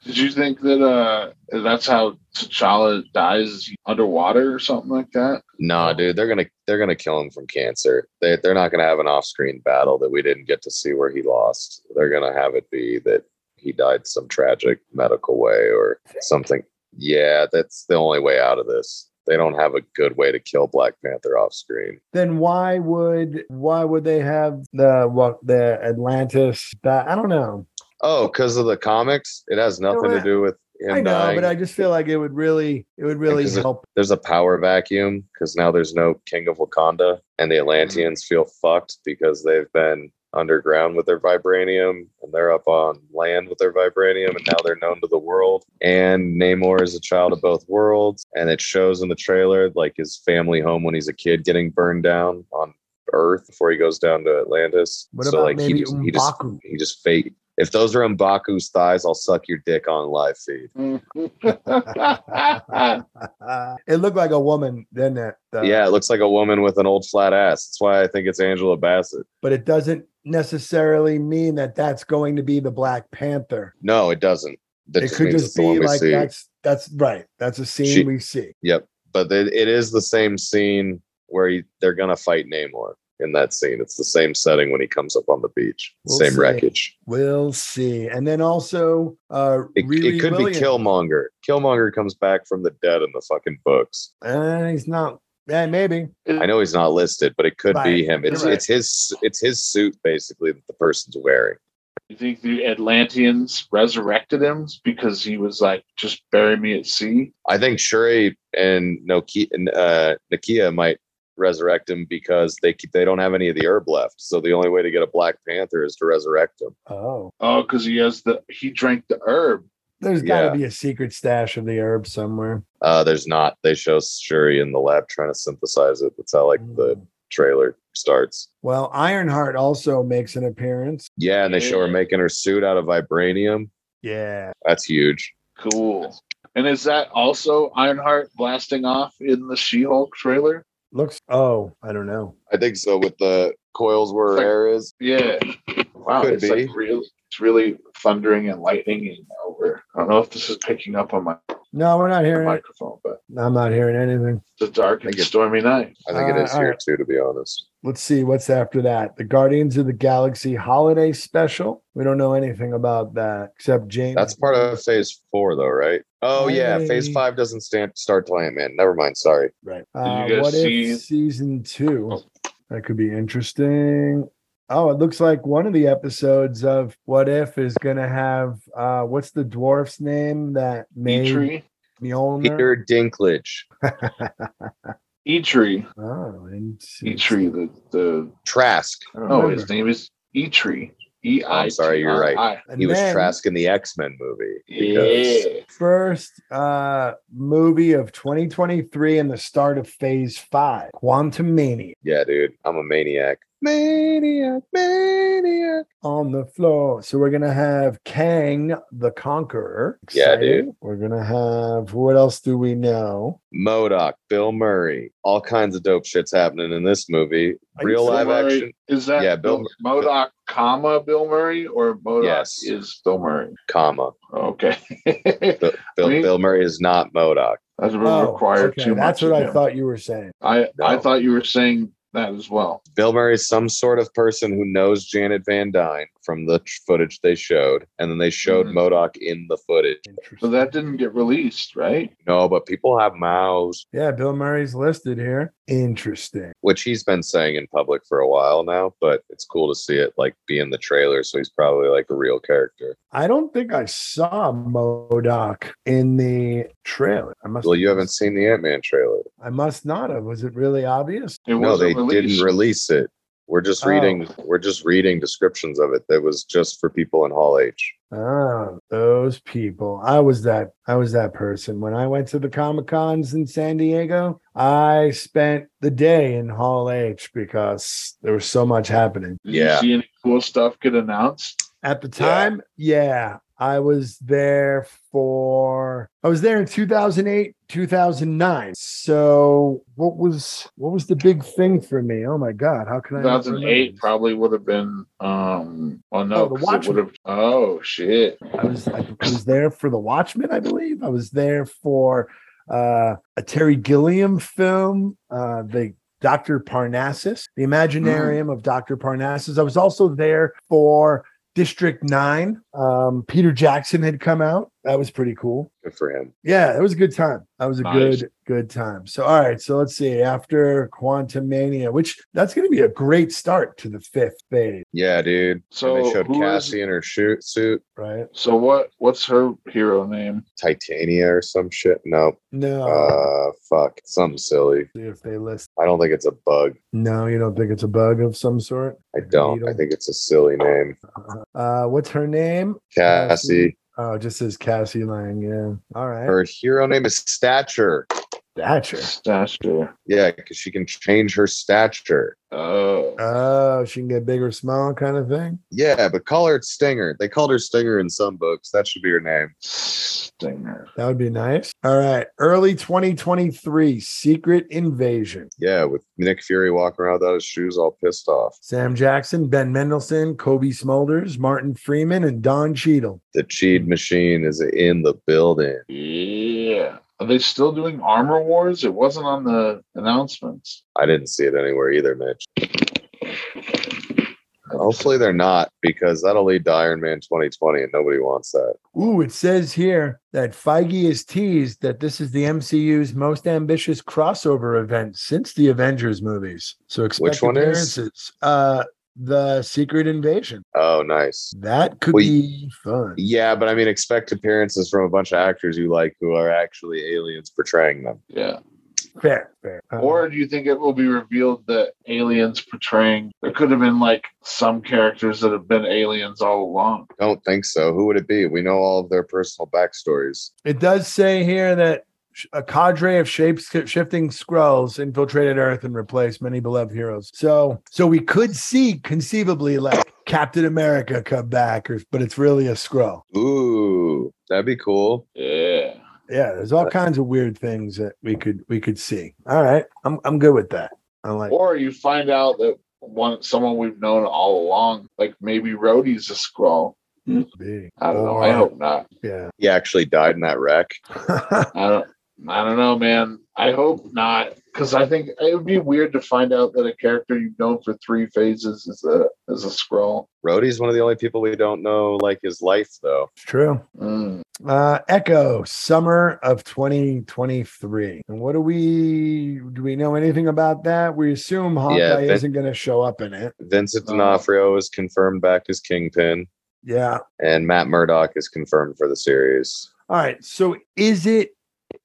Speaker 7: Did you think that uh that's how T'Challa dies is he underwater or something like
Speaker 6: *laughs*
Speaker 7: that? *laughs*
Speaker 5: Nah, dude, they're gonna they're gonna kill him from cancer. They they're not gonna have an off screen battle that we didn't get to see where he lost. They're gonna have it be that he died some tragic medical way or something. Yeah, that's the only way out of this. They don't have a good way to kill Black Panther off screen.
Speaker 6: Then why would why would they have the what the Atlantis? That, I don't know.
Speaker 5: Oh, because of the comics, it has nothing to do with him
Speaker 6: I know,
Speaker 5: dying.
Speaker 6: but I just feel like it would really it would really
Speaker 5: Because uh, it-
Speaker 6: help.
Speaker 5: there's a power vacuum because now there's no king of Wakanda, and
Speaker 6: Mm-hmm.
Speaker 5: the Atlanteans feel fucked because they've been underground with their vibranium and they're up on land with their vibranium, and now they're known to the world. And Namor is a child of both worlds, and it shows in the trailer like his family home when he's a kid getting burned down on Earth before he goes down to Atlantis.
Speaker 6: What
Speaker 5: so
Speaker 6: about
Speaker 5: like
Speaker 6: maybe
Speaker 5: he just, he just
Speaker 6: M'Baku? *laughs*
Speaker 5: he just fake. If those are Mbaku's thighs, I'll suck your dick on live feed.
Speaker 6: it looked like a woman, didn't it? The-
Speaker 5: yeah, it looks like a woman with an old flat ass. That's why I think it's Angela Bassett.
Speaker 6: but it doesn't necessarily mean that that's going to be the Black Panther.
Speaker 5: No, it doesn't. That
Speaker 6: it
Speaker 5: just
Speaker 6: could
Speaker 5: means
Speaker 6: just
Speaker 5: it's the one
Speaker 6: be
Speaker 5: we
Speaker 6: like
Speaker 5: see.
Speaker 6: that's that's right. That's a scene
Speaker 5: She-
Speaker 6: we see.
Speaker 5: Yep, but it, it is the same scene where he, they're gonna fight Namor in that scene. It's the same setting when he comes up on the beach,
Speaker 6: We'll
Speaker 5: same
Speaker 6: see.
Speaker 5: wreckage.
Speaker 6: We'll see. And then also, uh,
Speaker 5: It,
Speaker 6: Riri
Speaker 5: it could
Speaker 6: Williams.
Speaker 5: be Killmonger. Killmonger comes back from the dead in the fucking books.
Speaker 6: Uh, he's not. Yeah, maybe.
Speaker 5: I know he's not listed, but it could
Speaker 6: Right.
Speaker 5: be him. It's
Speaker 7: Right.
Speaker 5: it's his it's his suit basically that the person's wearing.
Speaker 7: you think the Atlanteans resurrected him because he was like, just bury me at sea?
Speaker 5: I think Shuri and Nokia, uh, Nakia might resurrect him because they keep, they don't have any of the herb left. So the only way to get a Black Panther is to resurrect him.
Speaker 6: Oh,
Speaker 7: Oh, because he has the he drank the herb.
Speaker 6: there's got to
Speaker 5: Yeah.
Speaker 6: be a secret stash of the herb somewhere.
Speaker 5: Uh, there's not. They show Shuri in the lab trying to synthesize it. That's how like
Speaker 6: Mm.
Speaker 5: the trailer starts.
Speaker 6: Hmm. Well, Ironheart also makes an appearance.
Speaker 5: Yeah, and they show her
Speaker 7: Yeah.
Speaker 5: making her suit out of vibranium.
Speaker 6: Yeah.
Speaker 5: That's huge.
Speaker 7: Cool. And is that also Ironheart blasting off in the She-Hulk trailer?
Speaker 6: Looks. Oh, I don't know.
Speaker 5: I think so. With the coils where
Speaker 7: It's like-
Speaker 5: air is,
Speaker 7: Yeah. Wow,
Speaker 5: Could
Speaker 7: it's
Speaker 5: be.
Speaker 7: like real it's really thundering and lightning over. I don't know if this is picking up on my
Speaker 6: No, we're not hearing it.
Speaker 7: microphone, but
Speaker 6: I'm not hearing anything.
Speaker 7: it's a dark and
Speaker 5: Thank you.
Speaker 7: stormy night.
Speaker 5: I think it
Speaker 6: Uh,
Speaker 5: is
Speaker 6: all
Speaker 5: here
Speaker 6: right.
Speaker 5: too. To be honest,
Speaker 6: Let's see what's after that. The Guardians of the Galaxy Holiday Special. We don't know anything about that except James.
Speaker 5: that's part of Phase Four, though, right? Oh yeah, Phase
Speaker 6: Hey.
Speaker 5: Five doesn't stand, start till Ant Man. Never mind. Sorry.
Speaker 6: Right. Uh,
Speaker 7: guys
Speaker 6: what
Speaker 7: see-
Speaker 6: if season
Speaker 5: Oh.
Speaker 6: two? That could be interesting. Oh, it looks like one of the episodes of What If is going to have uh, what's the dwarf's name that made
Speaker 7: Eitri.
Speaker 6: Mjolnir?
Speaker 5: Peter Dinklage.
Speaker 7: Eitri.
Speaker 6: Oh, and
Speaker 7: Eitri, the the
Speaker 5: Trask.
Speaker 7: I don't know, his
Speaker 6: Remember.
Speaker 7: name is Eitri. E I.
Speaker 5: I'm sorry, you're right.
Speaker 6: and
Speaker 5: He was
Speaker 6: then
Speaker 5: Trask in the X Men movie. because-
Speaker 7: Yeah.
Speaker 6: First uh, movie of 2023 and the start of Phase Five, Quantum Mania.
Speaker 5: Yeah, dude, I'm a maniac. Maniac, maniac.
Speaker 6: on the floor. So we're gonna have Kang the Conqueror.
Speaker 5: Yeah,
Speaker 6: Exciting. We're gonna have what else do we know?
Speaker 5: Modoc, Bill Murray, all kinds of dope shit's happening in this movie.
Speaker 6: Are you
Speaker 5: Real
Speaker 6: still
Speaker 5: live
Speaker 7: Bill Murray-
Speaker 5: action.
Speaker 7: Is that
Speaker 5: Yeah, Bill
Speaker 7: Bill, Modoc, comma Bill Murray, or Modoc
Speaker 5: Yes.
Speaker 7: is Bill Murray?
Speaker 5: Comma.
Speaker 7: Okay, *laughs*
Speaker 5: Bill, Bill,
Speaker 7: Me?
Speaker 5: Bill Murray is not Modoc.
Speaker 7: that's been
Speaker 6: Oh,
Speaker 7: required
Speaker 6: okay,
Speaker 7: too
Speaker 6: That's
Speaker 7: much.
Speaker 6: what
Speaker 7: of
Speaker 6: I
Speaker 7: him.
Speaker 6: thought you were saying.
Speaker 7: I I
Speaker 5: No.
Speaker 7: thought you were saying that as well.
Speaker 5: Bill Murray is some sort of person who knows Janet Van Dyne from the tr- footage they showed, and then they showed
Speaker 7: Mhm.
Speaker 5: Modoc in the footage.
Speaker 6: Interesting.
Speaker 7: So that didn't get released, right?
Speaker 5: No, but people have mouths,
Speaker 6: yeah, Bill Murray's listed here. Interesting.
Speaker 5: which he's been saying in public for a while now, but it's cool to see it like be in the trailer. So he's probably like a real character.
Speaker 6: I don't think I saw Modoc in the trailer. I must.
Speaker 5: Well, you haven't seen the Ant Man trailer.
Speaker 6: I must not have. Was it really obvious?
Speaker 7: It
Speaker 5: No,
Speaker 7: wasn't
Speaker 5: they
Speaker 7: released.
Speaker 5: didn't release it. We're just
Speaker 6: Oh.
Speaker 5: reading. We're just reading descriptions of it. That was just for people in Hall H.
Speaker 6: Oh, those people. I was that I was that person. When I went to the Comic Cons in San Diego, I spent the day in Hall H because there was so much happening.
Speaker 7: Did
Speaker 5: Yeah.
Speaker 7: you see any cool stuff get announced?
Speaker 6: At the
Speaker 5: Yeah.
Speaker 6: time, yeah. I was there for I was there in 2008, 2009. So, what was what was the big thing for me? Oh my god, how can I not remember
Speaker 7: 2008
Speaker 6: this?
Speaker 7: probably would have been. um Well,
Speaker 6: Oh,
Speaker 7: no,
Speaker 6: The
Speaker 7: 'cause it
Speaker 6: Watchmen.
Speaker 7: would have. Oh shit!
Speaker 6: I was I was there for The Watchmen, I believe. I was there for uh, a Terry Gilliam film, uh, the Doctor Parnassus, the Imaginarium of Doctor Parnassus. I was also there for District Nine. Um, Peter Jackson had come out. That was pretty cool.
Speaker 5: Good for him.
Speaker 6: Yeah, it was a good time. That was a
Speaker 7: Nice.
Speaker 6: good good time. So all right, so let's see. After Quantum Mania, which that's going to be a great start to the fifth phase,
Speaker 5: Yeah, dude.
Speaker 7: So
Speaker 5: and they showed
Speaker 7: who is-
Speaker 5: Cassie in her shoot suit,
Speaker 6: right?
Speaker 7: So what? What's her hero name?
Speaker 5: Titania or some shit. No,
Speaker 6: No,
Speaker 5: uh,
Speaker 7: Oh.
Speaker 5: fuck, something silly.
Speaker 6: see if they list.
Speaker 5: I don't think it's a bug.
Speaker 6: No, you don't think it's a bug of some sort?
Speaker 5: I
Speaker 6: Like a
Speaker 5: don't.
Speaker 6: beetle?
Speaker 5: I think it's a silly name.
Speaker 6: Uh, what's her name?
Speaker 5: Cassie.
Speaker 6: Oh, it just says Cassie Lang. Yeah. All right.
Speaker 5: Her hero name is Stature.
Speaker 6: stature.
Speaker 7: Stature.
Speaker 5: Yeah, because she can change her stature.
Speaker 7: Oh,
Speaker 6: Oh, she can get big or small, kind of thing.
Speaker 5: Yeah, but call her Stinger. They called her Stinger in some books. That should be her name.
Speaker 7: Stinger.
Speaker 6: That would be nice. All right. Early 2023, Secret Invasion.
Speaker 5: Yeah, with Nick Fury walking around without his shoes, all pissed off.
Speaker 6: Sam Jackson, Ben Mendelsohn, Kobe Smulders, Martin Freeman, and Don Cheadle.
Speaker 5: The Cheed machine is in the building.
Speaker 7: Yeah. Are they still doing Armor Wars? It wasn't on the announcements.
Speaker 5: I didn't see it anywhere either, Mitch. Hopefully they're not, because that'll lead to Iron Man 2020, and nobody wants that.
Speaker 6: Ooh, it says here that Feige is teased that this is the MCU's most ambitious crossover event since the Avengers movies. So expect
Speaker 5: Which one is?
Speaker 6: appearances. Uh, the Secret Invasion.
Speaker 5: Oh, nice.
Speaker 6: That could
Speaker 5: Wait.
Speaker 6: be fun.
Speaker 5: Yeah, but I mean, expect appearances from a bunch of actors you like who are actually aliens portraying them.
Speaker 7: Yeah.
Speaker 6: Fair, fair. Uh,
Speaker 7: Or do you think it will be revealed that aliens portraying there could have been like some characters that have been aliens all along?
Speaker 5: Don't think so. Who would it be? We know all of their personal backstories.
Speaker 6: it does say here that sh- a cadre of shapes shifting scrolls infiltrated Earth and replaced many beloved heroes. So, so we could see conceivably like Captain America come back, or but it's really a scroll.
Speaker 5: Ooh, that'd be cool.
Speaker 7: Yeah.
Speaker 6: yeah there's all
Speaker 5: But-
Speaker 6: kinds of weird things that we could we could see all right i'm i'm good with that i like
Speaker 7: Or you find out that one someone we've known all along, like maybe Rhodey's a scroll.
Speaker 6: B.
Speaker 7: I don't know.
Speaker 6: Or-
Speaker 7: I hope not.
Speaker 6: yeah *laughs*
Speaker 5: He actually died in that wreck.
Speaker 7: I don't I don't know, man. I hope not. Because I think it would be weird to find out that a character you've known for three phases is a is a scroll.
Speaker 5: Rhodey's one of the only people we don't know like his life though.
Speaker 6: it's true
Speaker 7: Mm.
Speaker 6: uh echo summer of 2023 and what do we do we know anything about that we assume hawkeye
Speaker 5: that-
Speaker 6: isn't going to show up in it
Speaker 5: Vincent
Speaker 7: Oh.
Speaker 5: D'Onofrio is confirmed back as Kingpin,
Speaker 6: yeah
Speaker 5: and Matt Murdock is confirmed for the series.
Speaker 6: all right so is it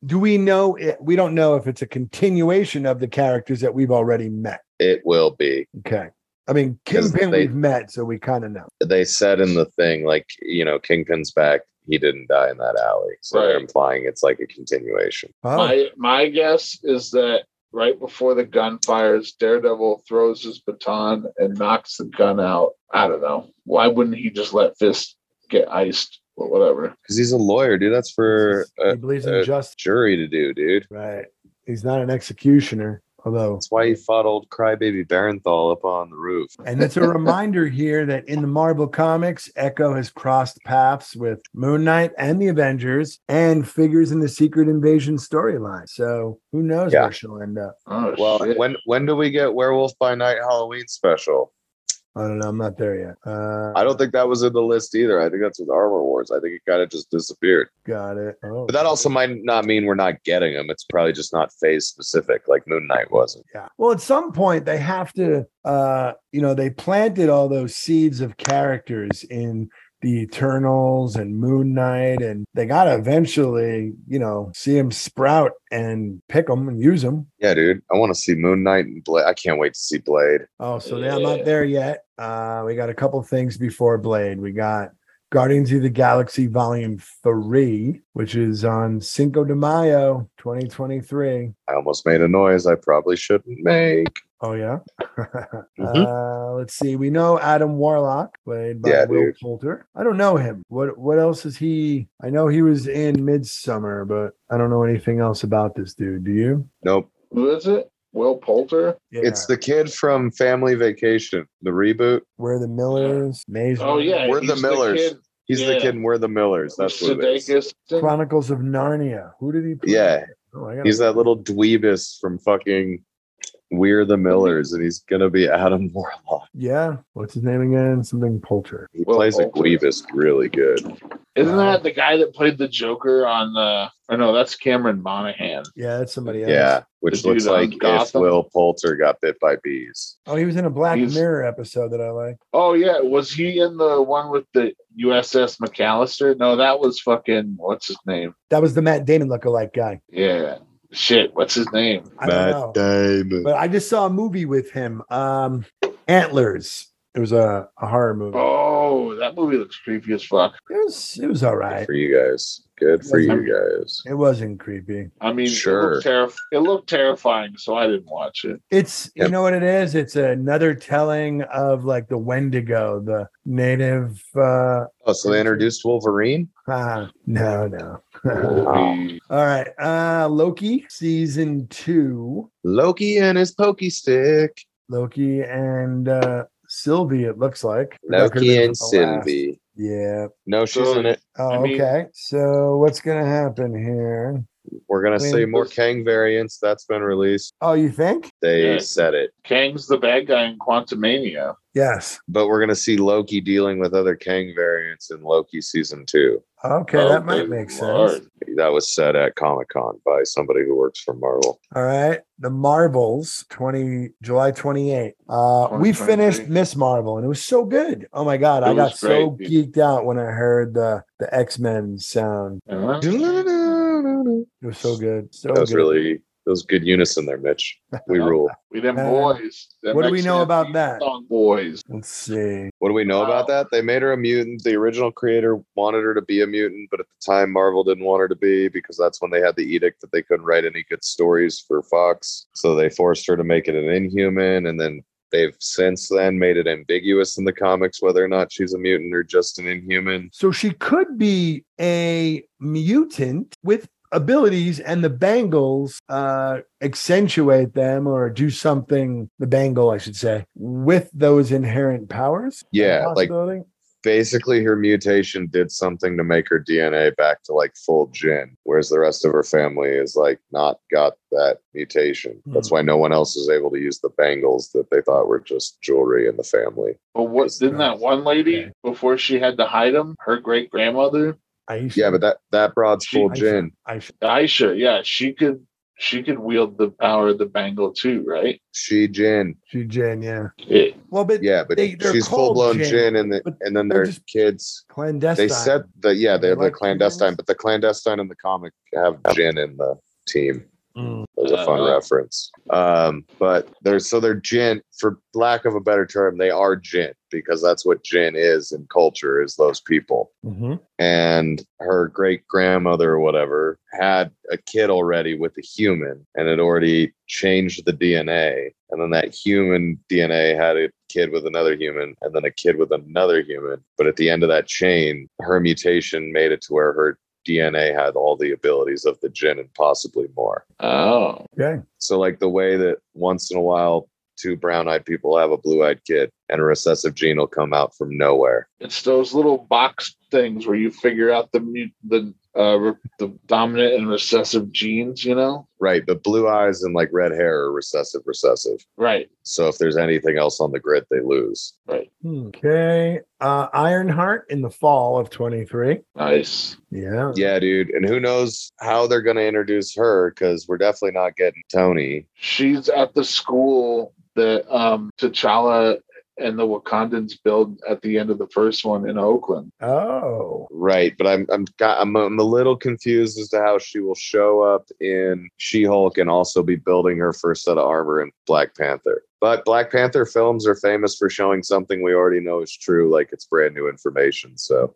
Speaker 6: do we know it, we don't know if it's a continuation of the characters that we've already met
Speaker 5: It will be.
Speaker 6: okay i mean
Speaker 5: 'Cause
Speaker 6: kingpin
Speaker 5: they-
Speaker 6: we've met so we kind of know
Speaker 5: They said in the thing, like, you know, Kingpin's back. He didn't die in that alley. So they're
Speaker 7: Right.
Speaker 5: implying it's like a continuation.
Speaker 6: oh.
Speaker 7: My my guess is that right before the gun fires, Daredevil throws his baton and knocks the gun out. I don't know. Why wouldn't he just let Fist get iced or whatever?
Speaker 5: Because he's a lawyer, dude. That's for
Speaker 6: he
Speaker 5: a
Speaker 6: believes
Speaker 5: uh,
Speaker 6: in justice
Speaker 5: jury to do, dude.
Speaker 6: Right. He's not an executioner, although.
Speaker 5: That's why he fought old crybaby Barenthal up on the roof. *laughs*
Speaker 6: And it's a reminder here that in the Marvel comics, Echo has crossed paths with Moon Knight and the Avengers and figures in the Secret Invasion storyline. So who knows
Speaker 5: Yeah.
Speaker 6: where she'll end up?
Speaker 7: Oh
Speaker 5: Well,
Speaker 7: shit.
Speaker 5: when when do we get Werewolf by Night Halloween special?
Speaker 6: I don't know. I'm not there yet. Uh,
Speaker 5: I don't think that was in the list either. I think that's with Armor Wars. I think it kind of just disappeared.
Speaker 6: got it. Oh,
Speaker 5: But that also might not mean we're not getting them. It's probably just not phase specific, like Moon Knight wasn't.
Speaker 6: Yeah. Well, at some point they have to uh you know, they planted all those seeds of characters in the Eternals and Moon Knight, and they gotta eventually, you know, see him sprout and pick them and use them.
Speaker 5: Yeah, dude. I want to see Moon Knight and Blade. I can't wait to see Blade.
Speaker 6: Oh, so yeah. I'm not there yet. Uh, we got a couple things before Blade. We got Guardians of the Galaxy Volume 3, which is on Cinco de Mayo 2023.
Speaker 5: I almost made a noise I probably shouldn't make.
Speaker 6: Oh, yeah. *laughs* uh, let's see. We know Adam Warlock, played by
Speaker 5: Mm-hmm. Yeah,
Speaker 6: Will
Speaker 5: dude.
Speaker 6: Poulter. I don't know him. What What else is he? I know he was in Midsummer, but I don't know anything else about this dude. Do you?
Speaker 5: Nope.
Speaker 7: Who is it? Will Poulter?
Speaker 6: Yeah.
Speaker 5: It's the kid from Family Vacation, the reboot.
Speaker 6: Where the Millers, Maze.
Speaker 7: Oh yeah,
Speaker 5: We're the
Speaker 7: he's
Speaker 5: Millers.
Speaker 7: kid-
Speaker 5: He's the
Speaker 7: Yeah.
Speaker 5: kid in We're the Millers. That's what it is.
Speaker 7: Sudeikis.
Speaker 6: Chronicles of Narnia. Who did he play?
Speaker 5: Yeah.
Speaker 6: Oh, I gotta-
Speaker 5: He's that little dweebus from fucking We're the Millers, and he's gonna be Adam *laughs* Warlock.
Speaker 6: yeah. What's his name again? Something Poulter.
Speaker 5: He
Speaker 7: Well,
Speaker 5: plays a
Speaker 7: also-
Speaker 5: dweebus really good.
Speaker 7: Isn't
Speaker 6: Uh,
Speaker 7: that the guy that played the Joker on the? Or no, that's Cameron Monaghan.
Speaker 6: Yeah, that's somebody else.
Speaker 5: Yeah, which
Speaker 7: The dude
Speaker 5: looks
Speaker 7: on
Speaker 5: like if
Speaker 7: Gotham?
Speaker 5: Will Poulter got bit by bees.
Speaker 6: Oh, he was in a Black
Speaker 7: He's-
Speaker 6: Mirror episode that I like.
Speaker 7: Oh yeah, was he in the one with the USS McAllister? No, that was fucking what's his name?
Speaker 6: That was the Matt Damon lookalike guy.
Speaker 7: Yeah, shit, what's his name?
Speaker 6: I don't know.
Speaker 5: Matt Damon.
Speaker 6: But I just saw a movie with him. Um Antlers. It was a, a horror movie.
Speaker 7: Oh, that movie looks creepy as fuck.
Speaker 6: It was it was all right.
Speaker 5: Good for you guys. Good for you guys.
Speaker 6: It wasn't creepy.
Speaker 7: I mean, it,
Speaker 5: Sure.
Speaker 7: looked terri- it looked terrifying, so I didn't watch it.
Speaker 6: It's you
Speaker 5: Yep.
Speaker 6: know what it is? It's another telling of like the Wendigo, the native uh
Speaker 5: Oh, so they introduced Wolverine?
Speaker 6: ah, no, no.
Speaker 7: Holy-
Speaker 6: All right. Uh Loki season two.
Speaker 5: Loki and his pokey stick.
Speaker 6: Loki and uh Sylvie, it looks like. Rebecca
Speaker 5: Loki
Speaker 6: Romijn
Speaker 5: and
Speaker 6: was the
Speaker 5: Sylvie.
Speaker 6: last. Yeah.
Speaker 5: No, she's
Speaker 7: So-
Speaker 5: in it.
Speaker 6: Oh,
Speaker 7: I mean-
Speaker 6: okay. So what's gonna happen here?
Speaker 5: We're gonna
Speaker 6: I mean,
Speaker 5: see more
Speaker 7: this-
Speaker 5: Kang variants. That's been released.
Speaker 6: Oh, you think?
Speaker 5: They
Speaker 7: Yeah.
Speaker 5: said it.
Speaker 7: Kang's the bad guy in Quantumania.
Speaker 6: Yes.
Speaker 5: But we're gonna see Loki dealing with other Kang variants in Loki season two.
Speaker 6: Okay, that might
Speaker 7: Oh, good
Speaker 6: make
Speaker 7: lord.
Speaker 6: sense.
Speaker 5: That was said at Comic Con by somebody who works for Marvel.
Speaker 6: All right. The Marvels, 20 July 28. Uh we
Speaker 7: 2023.
Speaker 6: finished Miss Marvel and it was so good. Oh my god,
Speaker 7: It
Speaker 6: I got
Speaker 7: was
Speaker 6: so
Speaker 7: great,
Speaker 6: geeked out when I heard the the X-Men sound.
Speaker 7: Uh-huh.
Speaker 5: That
Speaker 6: It was so good. So
Speaker 5: was
Speaker 6: good.
Speaker 5: really that was good unison there, Mitch. We rule.
Speaker 7: We them
Speaker 6: Uh,
Speaker 7: boys. Them
Speaker 6: what do we know
Speaker 7: X-Men
Speaker 6: about
Speaker 7: theme
Speaker 6: that?
Speaker 7: Song boys.
Speaker 6: Let's see.
Speaker 5: What do we know
Speaker 7: Wow.
Speaker 5: about that? They made her a mutant. The original creator wanted her to be a mutant, but at the time, Marvel didn't want her to be because that's when they had the edict that they couldn't write any good stories for Fox. So they forced her to make it an inhuman. And then they've since then made it ambiguous in the comics whether or not she's a mutant or just an inhuman.
Speaker 6: So she could be a mutant with abilities, and the Bangles uh, accentuate them or do something, the Bangle, I should say, with those inherent powers.
Speaker 5: Yeah, like-
Speaker 6: Possibility?
Speaker 5: Basically, her mutation did something to make her DNA back to like full Jin, whereas the rest of her family is like not got that mutation.
Speaker 6: Hmm.
Speaker 5: That's why no one else is able to use the bangles that they thought were just jewelry in the family.
Speaker 7: But what didn't that one lady
Speaker 6: Okay.
Speaker 7: before she had to hide him? Her great grandmother,
Speaker 6: Aisha.
Speaker 5: Yeah, but that that broad's
Speaker 7: She-
Speaker 5: full
Speaker 6: Aisha,
Speaker 5: gin.
Speaker 6: Aisha.
Speaker 7: Aisha. Yeah, she could. She could wield the power of the bangle too, right?
Speaker 5: She gin.
Speaker 6: She Jen, yeah.
Speaker 7: Yeah.
Speaker 6: Well, but
Speaker 5: Yeah, but
Speaker 6: They- they're
Speaker 5: she's full
Speaker 6: called
Speaker 5: blown
Speaker 6: gin,
Speaker 5: gin, and the,
Speaker 6: but
Speaker 5: and then their
Speaker 6: they're just
Speaker 5: kids.
Speaker 6: clandestine.
Speaker 5: They said that yeah,
Speaker 6: They
Speaker 5: they're the
Speaker 6: like
Speaker 5: clandestine,
Speaker 6: humans.
Speaker 5: but the clandestine in the comic have gin in the team.
Speaker 6: Mm.
Speaker 5: That was a fun
Speaker 7: Uh-huh.
Speaker 5: reference. Um, but they're so they're gin for lack of a better term, they are gin because that's what gin is in culture is those people.
Speaker 6: Mhm.
Speaker 5: and her great grandmother or whatever had a kid already with a human and had already changed the DNA. And then that human DNA had a kid with another human and then a kid with another human. But at the end of that chain, her mutation made it to where her DNA had all the abilities of the gin and possibly more.
Speaker 7: Oh,
Speaker 6: Okay.
Speaker 5: So, like the way that once in a while, two brown eyed people have a blue eyed kid and a recessive gene will come out from nowhere.
Speaker 7: it's those little box things where you figure out the mute, the uh, re- the dominant and recessive genes. You know,
Speaker 5: Right, but blue eyes and like red hair are recessive, recessive.
Speaker 7: right?
Speaker 5: So if there's anything else on the grid, they lose.
Speaker 7: Right.
Speaker 6: Okay. Uh, Ironheart in the fall of 23.
Speaker 7: Nice.
Speaker 6: Yeah.
Speaker 5: Yeah, dude. And who knows how they're going to introduce her because we're definitely not getting Tony.
Speaker 7: She's at the school that um T'Challa and the Wakandans build at the end of the first one in Oakland.
Speaker 6: Oh,
Speaker 5: Right, but I'm I'm got- I'm I'm a little confused as to how she will show up in She-Hulk and also be building her first set of armor in Black Panther. But Black Panther films are famous for showing something we already know is true, like it's brand new information. So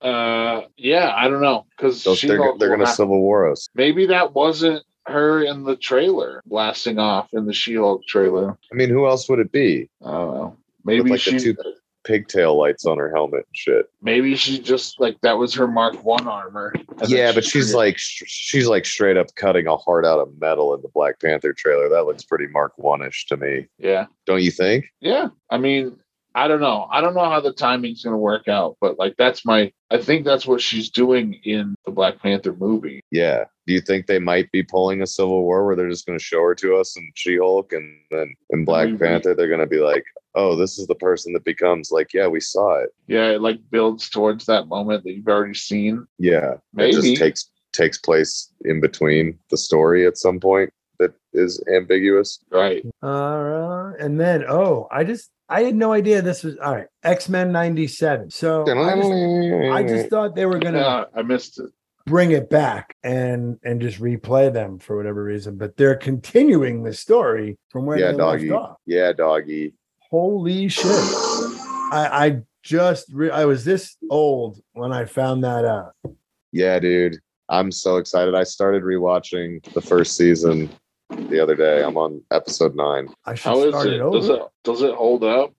Speaker 7: Uh, yeah, I don't know because
Speaker 5: those, they're they're going to Civil War us.
Speaker 7: Maybe that wasn't her in the trailer blasting off in the She-Hulk trailer.
Speaker 5: I mean, who else would it be?
Speaker 7: I don't know. Maybe
Speaker 5: like, the
Speaker 7: she.
Speaker 5: two- Pigtail lights on her helmet and shit.
Speaker 7: Maybe she just like that was her Mark One armor. and then
Speaker 5: yeah,
Speaker 7: she
Speaker 5: but she's
Speaker 7: created-
Speaker 5: like sh- she's like straight up cutting a heart out of metal in the Black Panther trailer. That looks pretty Mark One ish to me,
Speaker 7: yeah,
Speaker 5: don't you think?
Speaker 7: yeah. I mean, I don't know. I don't know how the timing's gonna work out, but like that's my. I think that's what she's doing in the Black Panther movie.
Speaker 5: Yeah. Do you think they might be pulling a Civil War where they're just going to show her to us in She Hulk and then in Black
Speaker 7: Mhm.
Speaker 5: Panther, they're going to be like, oh, this is the person that becomes like, yeah, we saw it.
Speaker 7: Yeah, it like builds towards that moment that you've already seen.
Speaker 5: Yeah. It
Speaker 7: Maybe.
Speaker 5: just takes takes place in between the story at some point that is ambiguous.
Speaker 7: right.
Speaker 6: all right. And then oh, I just I had no idea this was all right. X Men '97. So I just, I just thought they were gonna
Speaker 7: Uh, I missed it.
Speaker 6: bring it back and and just replay them for whatever reason. But they're continuing the story from where
Speaker 5: yeah,
Speaker 6: they
Speaker 5: doggy.
Speaker 6: left off.
Speaker 5: Yeah, doggy.
Speaker 6: Holy shit! I, I just re- I was this old when I found that out.
Speaker 5: Yeah, dude. I'm so excited. I started rewatching the first season the other day. I'm on episode nine.
Speaker 6: I should
Speaker 7: How is
Speaker 6: start
Speaker 7: it?
Speaker 6: it
Speaker 7: Does
Speaker 6: over.
Speaker 7: it does it hold up?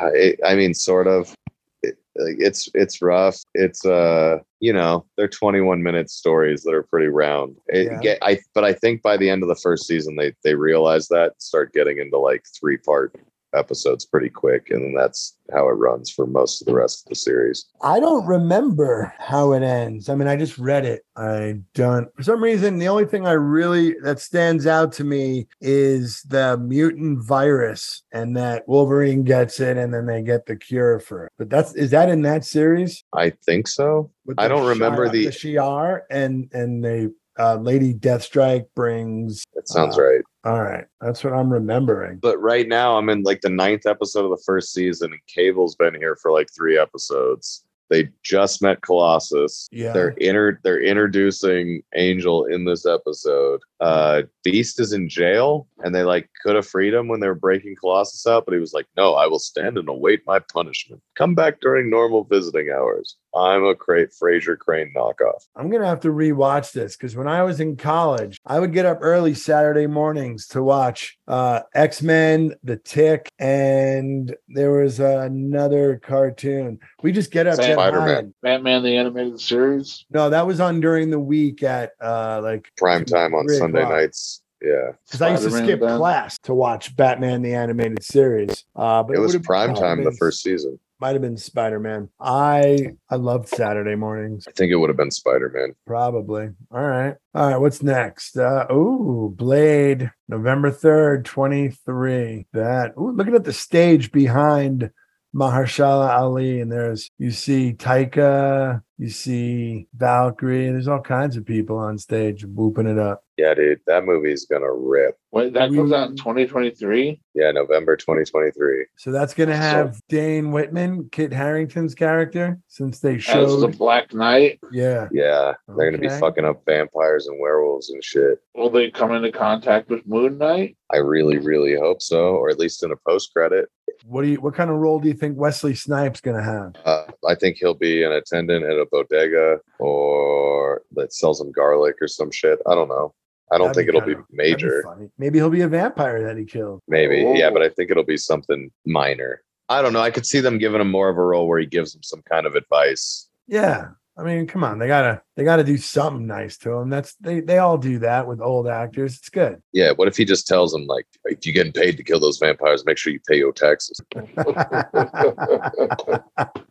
Speaker 5: I, I mean, sort of. It, like, it's it's rough. It's uh, you know, they're 21 minute stories that are pretty round. It,
Speaker 6: Yeah.
Speaker 5: get, I but I think by the end of the first season, they they realize that start getting into like three part episodes pretty quick, and then that's how it runs for most of the rest of the series.
Speaker 6: I don't remember how it ends. I mean, I just read it. I don't. For some reason, the only thing I really that stands out to me is the mutant virus, and that Wolverine gets it, and then they get the cure for it. But that's is that in that series?
Speaker 5: I think so.
Speaker 6: With
Speaker 5: I
Speaker 6: the
Speaker 5: don't remember
Speaker 6: Shi'ar-
Speaker 5: the-
Speaker 6: the Shi'ar and and they uh, Lady Deathstrike brings.
Speaker 5: That sounds
Speaker 6: Uh,
Speaker 5: right.
Speaker 6: All right, that's what I'm remembering.
Speaker 5: But right now, I'm in like the ninth episode of the first season, and Cable's been here for like three episodes. They just met Colossus.
Speaker 6: Yeah.
Speaker 5: they're inter they're introducing Angel in this episode. Uh, Beast is in jail, and they like could have freed him when they were breaking Colossus out, but he was like, "No, I will stand and await my punishment. Come back during normal visiting hours. I'm a cra- Fraser Crane knockoff."
Speaker 6: I'm gonna have to rewatch this because when I was in college, I would get up early Saturday mornings to watch uh, X Men, The Tick, and there was another cartoon. We just get up. that
Speaker 5: Spider-Man.
Speaker 6: high and-
Speaker 7: Batman the animated series.
Speaker 6: No, that was on during the week at uh, like
Speaker 5: Prime time on
Speaker 6: Three
Speaker 5: Sunday
Speaker 6: o'clock.
Speaker 5: nights. Yeah,
Speaker 6: because I used to
Speaker 7: Spider-Man
Speaker 6: skip
Speaker 7: then.
Speaker 6: class to watch Batman the animated series. Uh, but
Speaker 5: it was
Speaker 6: would've
Speaker 5: prime time the
Speaker 6: been-
Speaker 5: first season.
Speaker 6: might have been Spider Man. I I loved Saturday mornings.
Speaker 5: I think it would have been Spider Man.
Speaker 6: Probably. All right. All right. What's next? Uh, ooh, Blade, November 3rd, 23. That, ooh, looking at the stage behind Mahershala Ali, and there's, you see Taika, you see Valkyrie, there's all kinds of people on stage whooping it up.
Speaker 5: Yeah, dude, that movie's gonna rip.
Speaker 7: Wait, that comes out in
Speaker 6: Mm.
Speaker 7: 2023.
Speaker 5: Yeah, November 2023.
Speaker 6: So that's going to
Speaker 7: So-
Speaker 6: have Dane Whitman, Kit Harrington's character, since they
Speaker 7: As the
Speaker 6: showed.
Speaker 7: Black Knight,
Speaker 6: Yeah.
Speaker 5: Yeah, they're gonna be
Speaker 6: Okay.
Speaker 5: fucking up vampires and werewolves and shit.
Speaker 7: will they come into contact with
Speaker 6: *laughs*
Speaker 7: Moon Knight?
Speaker 5: I really, really hope so, or at least in a post credit.
Speaker 6: What do you, what kind of role do you think Wesley Snipes going to have?
Speaker 5: Uh, I think he'll be an attendant at a bodega or that sells him garlic or some shit. I don't know. I don't
Speaker 6: That'd
Speaker 5: think
Speaker 6: be
Speaker 5: it'll be
Speaker 6: kinda- That'd be
Speaker 5: major.
Speaker 6: funny. Maybe he'll be a vampire that he killed.
Speaker 5: Maybe. Yeah,
Speaker 7: Oh.
Speaker 5: but I think it'll be something minor. I don't know. I could see them giving him more of a role where he gives him some kind of advice.
Speaker 6: Yeah. I mean, come on, they gotta they gotta do something nice to him. That's they they all do that with old actors. It's good. *laughs*
Speaker 5: Yeah, what if he just tells him like, if you're getting paid to kill those vampires, make sure you pay your
Speaker 6: *laughs*
Speaker 5: taxes.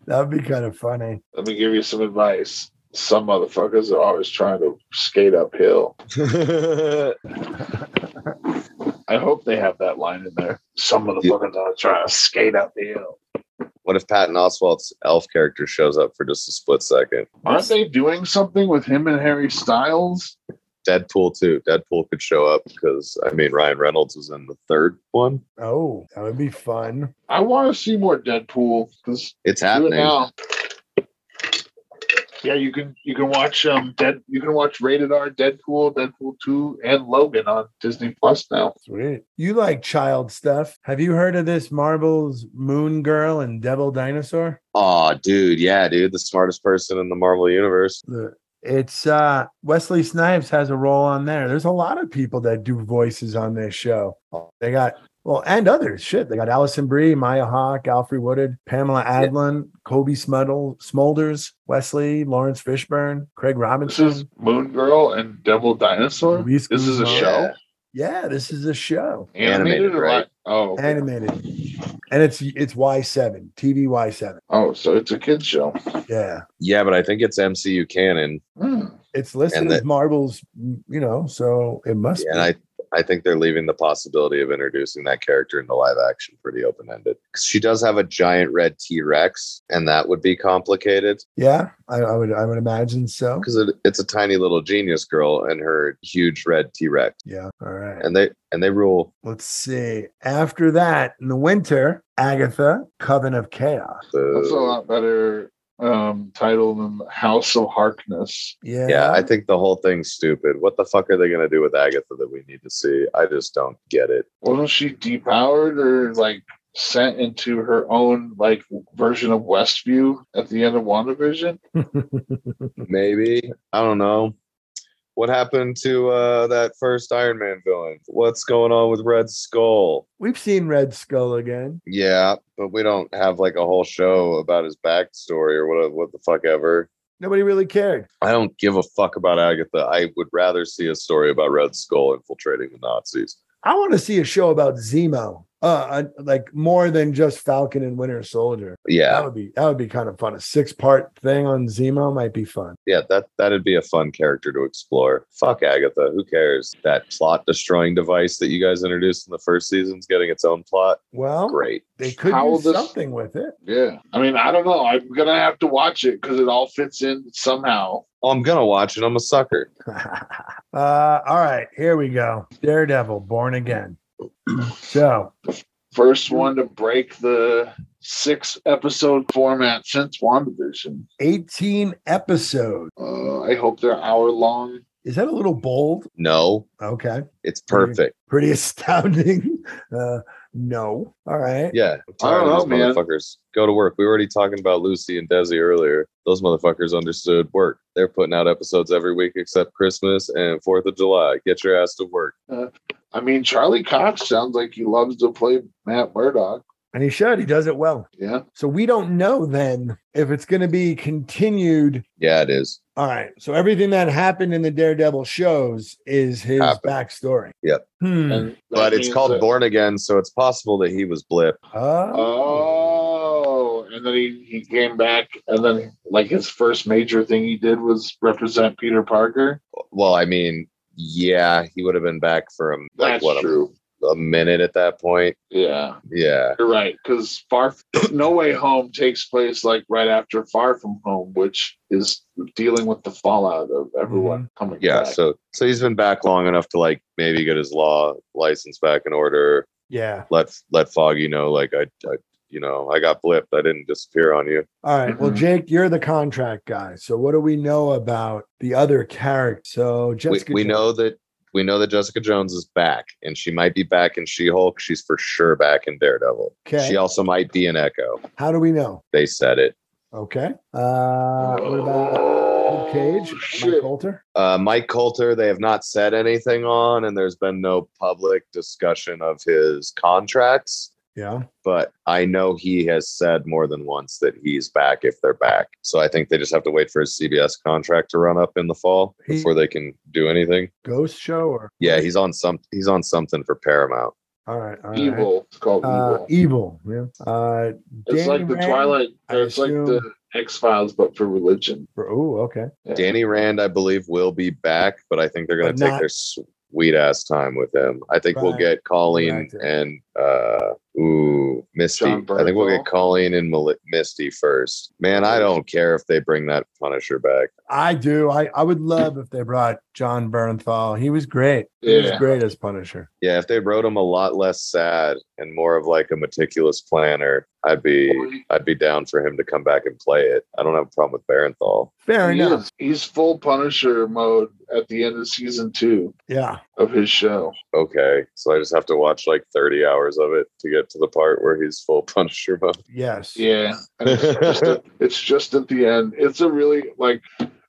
Speaker 6: That'd be kind of funny.
Speaker 7: Let me give you some advice. Some motherfuckers are always trying to skate uphill. I hope they have that line in there. Some motherfuckers are trying to skate uphill.
Speaker 5: What if Patton Oswalt's elf character shows up for just a split second?
Speaker 7: Aren't they doing something with him and Harry Styles?
Speaker 5: Deadpool too. Deadpool could show up because I mean Ryan Reynolds was in the third one.
Speaker 6: Oh, that would be fun.
Speaker 7: I want to see more Deadpool because
Speaker 5: It's
Speaker 7: do it
Speaker 5: happening.
Speaker 7: now. Yeah, you can you can watch um Dead you can watch Rated R Deadpool, Deadpool Two, and Logan on Disney Plus now.
Speaker 6: Sweet. You like child stuff. Have you heard of this Marvel's Moon Girl and Devil Dinosaur?
Speaker 5: Aw, dude, yeah, dude, the smartest person in the Marvel universe.
Speaker 6: The- It's uh Wesley Snipes has a role on there. There's a lot of people that do voices on this show. They got well, and others. Shit, they got Allison Brie, Maya Hawk, Alfred Woodard, Pamela Adlon, Kobe Smuddle, Smolders, Wesley, Lawrence Fishburne, Craig
Speaker 7: This
Speaker 6: Robinson.
Speaker 7: is Moon Girl and Devil Dinosaur.
Speaker 6: Luis
Speaker 7: this is a
Speaker 6: Guzman.
Speaker 7: show.
Speaker 6: Yeah, this is a show.
Speaker 7: Animated,
Speaker 5: Animated,
Speaker 7: or
Speaker 5: right?
Speaker 7: li- Oh, okay.
Speaker 6: Animated. And it's it's Y7, TV Y7.
Speaker 7: oh, so it's a kids show.
Speaker 6: Yeah.
Speaker 5: Yeah, but I think it's MCU canon,
Speaker 7: Hmm.
Speaker 6: It's listed
Speaker 5: And
Speaker 6: as
Speaker 5: that-
Speaker 6: Marvel's, you know, so it must
Speaker 5: and
Speaker 6: be.
Speaker 5: I I think they're leaving the possibility of introducing that character into live action pretty open ended. She does have a giant red T Rex, and that would be complicated.
Speaker 6: yeah, I, I would I would imagine so.
Speaker 5: because it, it's a tiny little genius girl and her huge red t-rex
Speaker 6: Yeah. All right.
Speaker 5: and they and they rule
Speaker 6: Let's see. After that, in the winter, Agatha, Coven of Chaos.
Speaker 7: That's a
Speaker 5: the,
Speaker 7: lot better um title than House of Harkness.
Speaker 6: Yeah.
Speaker 5: yeah i think the whole thing's stupid what the fuck are they going to do with agatha that we need to see i just don't get it
Speaker 7: Wasn't she depowered or like sent into her own like version of Westview at the end of WandaVision?
Speaker 5: maybe i don't know what happened to uh, that first Iron Man villain? What's going on with Red Skull?
Speaker 6: We've seen Red Skull again.
Speaker 5: Yeah, but we don't have like a whole show about his backstory or what, what the fuck ever.
Speaker 6: Nobody really cared.
Speaker 5: I don't give a fuck about Agatha. I would rather see a story about Red Skull infiltrating the Nazis.
Speaker 6: I want to see a show about Zemo. Uh, I- like more than just Falcon and Winter Soldier.
Speaker 5: Yeah,
Speaker 6: That would be that would be kind of fun. A six part thing on Zemo might be fun.
Speaker 5: yeah, that that'd be a fun character to explore. Fuck Agatha, who cares? That plot destroying device that you guys introduced in the first season's getting its own plot.
Speaker 7: Oh.
Speaker 6: Well,
Speaker 5: Great.
Speaker 6: they could
Speaker 7: How will
Speaker 6: do
Speaker 7: this-
Speaker 6: something with it. *laughs*
Speaker 7: Yeah. I mean, I don't know. I'm gonna have to watch it because it all fits in somehow.
Speaker 5: Oh, I'm gonna watch it. I'm a sucker.
Speaker 6: uh, all right, here we go. Daredevil, Born Again. *clears throat* So
Speaker 7: First one to break the six episode format since WandaVision.
Speaker 6: 18 episodes.
Speaker 7: Uh, I hope they're hour long.
Speaker 6: Is that a little bold?
Speaker 5: No,
Speaker 6: Okay,
Speaker 5: it's perfect.
Speaker 6: pretty *laughs* astounding. Uh, no, all right.
Speaker 5: Yeah, I'm
Speaker 7: I don't
Speaker 5: tired of those
Speaker 7: know, man.
Speaker 5: motherfuckers. Go to work. We were already talking about Lucy and Desi earlier. Those motherfuckers understood work. They're putting out episodes every week except Christmas and Fourth of July. Get your ass to work.
Speaker 7: I mean, Charlie Cox sounds like he loves to play Matt Murdock.
Speaker 6: And he should, he does it well.
Speaker 7: Yeah.
Speaker 6: So we don't know then if it's going to be continued.
Speaker 5: Yeah, it is.
Speaker 6: All right, so everything that happened in the Daredevil shows is his
Speaker 5: Happened.
Speaker 6: backstory.
Speaker 5: Yep.
Speaker 6: Hmm.
Speaker 7: And that
Speaker 5: But it's
Speaker 7: means
Speaker 5: called
Speaker 7: that-
Speaker 5: Born Again, so it's possible that he was blip. uh,
Speaker 6: Oh.
Speaker 7: Oh, and then he, he came back, and then like his first major thing he did was represent Peter Parker.
Speaker 5: Well, I mean, yeah, he would have been back for a, like
Speaker 7: That's
Speaker 5: what a-
Speaker 7: true.
Speaker 5: A, minute at that point.
Speaker 7: Yeah,
Speaker 5: Yeah,
Speaker 7: you're right. Because Far
Speaker 5: *coughs*
Speaker 7: No Way Home takes place like right after Far From Home, which is dealing with the fallout of everyone coming.
Speaker 5: Mm-hmm. yeah.
Speaker 7: back.
Speaker 5: So, so he's been back long enough to like maybe get his law license back in order.
Speaker 6: Yeah.
Speaker 5: Let let Foggy know, like I, I you know, I got blipped. I didn't disappear on you.
Speaker 6: All right. Well,
Speaker 5: mm-hmm.
Speaker 7: Mhm.
Speaker 6: Jake, you're the contract guy. So what do we know about the other character? So
Speaker 5: We,
Speaker 6: Jessica
Speaker 5: we
Speaker 6: Jones-
Speaker 5: know that we know that Jessica Jones is back, and she might be back in She Hulk. She's for sure back in Daredevil.
Speaker 6: Okay.
Speaker 5: She also might be in Echo.
Speaker 6: How do we know?
Speaker 5: They said it.
Speaker 6: Okay. Uh what about Luke Cage?
Speaker 7: Oh,
Speaker 6: Mike
Speaker 7: shit.
Speaker 6: Coulter?
Speaker 5: Uh, Mike Coulter, they have not said anything on, and there's been no public discussion of his contracts.
Speaker 6: Yeah.
Speaker 5: But I know he has said more than once that he's back if they're back. So I think they just have to wait for his CBS contract to run up in the fall
Speaker 6: He-
Speaker 5: before they can do anything.
Speaker 6: Ghost show or
Speaker 5: Yeah, he's on some he's on something for Paramount.
Speaker 6: all right. all right.
Speaker 7: Evil. It's called
Speaker 6: Uh,
Speaker 7: Evil.
Speaker 6: evil. Yeah. Uh
Speaker 7: It's like
Speaker 6: Danny
Speaker 7: the
Speaker 6: Rand
Speaker 7: Twilight.
Speaker 6: I
Speaker 7: or It's like the X Files, but for religion.
Speaker 6: for- Oh, okay.
Speaker 7: Yeah.
Speaker 5: Danny Rand, I believe, will be back, but I think they're going
Speaker 6: But
Speaker 5: to take
Speaker 6: not-
Speaker 5: their sweet ass time with him. I think we'll
Speaker 6: Right.
Speaker 5: get Colleen
Speaker 6: Right.
Speaker 5: and Uh, ooh, Misty.
Speaker 7: John
Speaker 5: I think we'll
Speaker 7: Bernthal.
Speaker 5: get Colleen and Mali- Misty first. Man, I don't care if they bring that Punisher back.
Speaker 6: I do. I, I would love if they brought John Bernthal. He was great. He was
Speaker 7: Yeah.
Speaker 6: great as Punisher.
Speaker 5: Yeah, if they wrote him a lot less sad and more of like a meticulous planner, I'd be I'd be down for him to come back and play it. I don't have a problem with Barenthal.
Speaker 6: Fair
Speaker 7: He
Speaker 6: enough.
Speaker 7: is- he's full Punisher mode at the end of season two
Speaker 6: Yeah.
Speaker 7: of his show.
Speaker 5: Okay, so I just have to watch like 30 hours of it to get to the part where he's full *laughs* Punisher mode.
Speaker 6: Yes.
Speaker 7: Yeah. And it's, just at, it's just at the end. It's a really like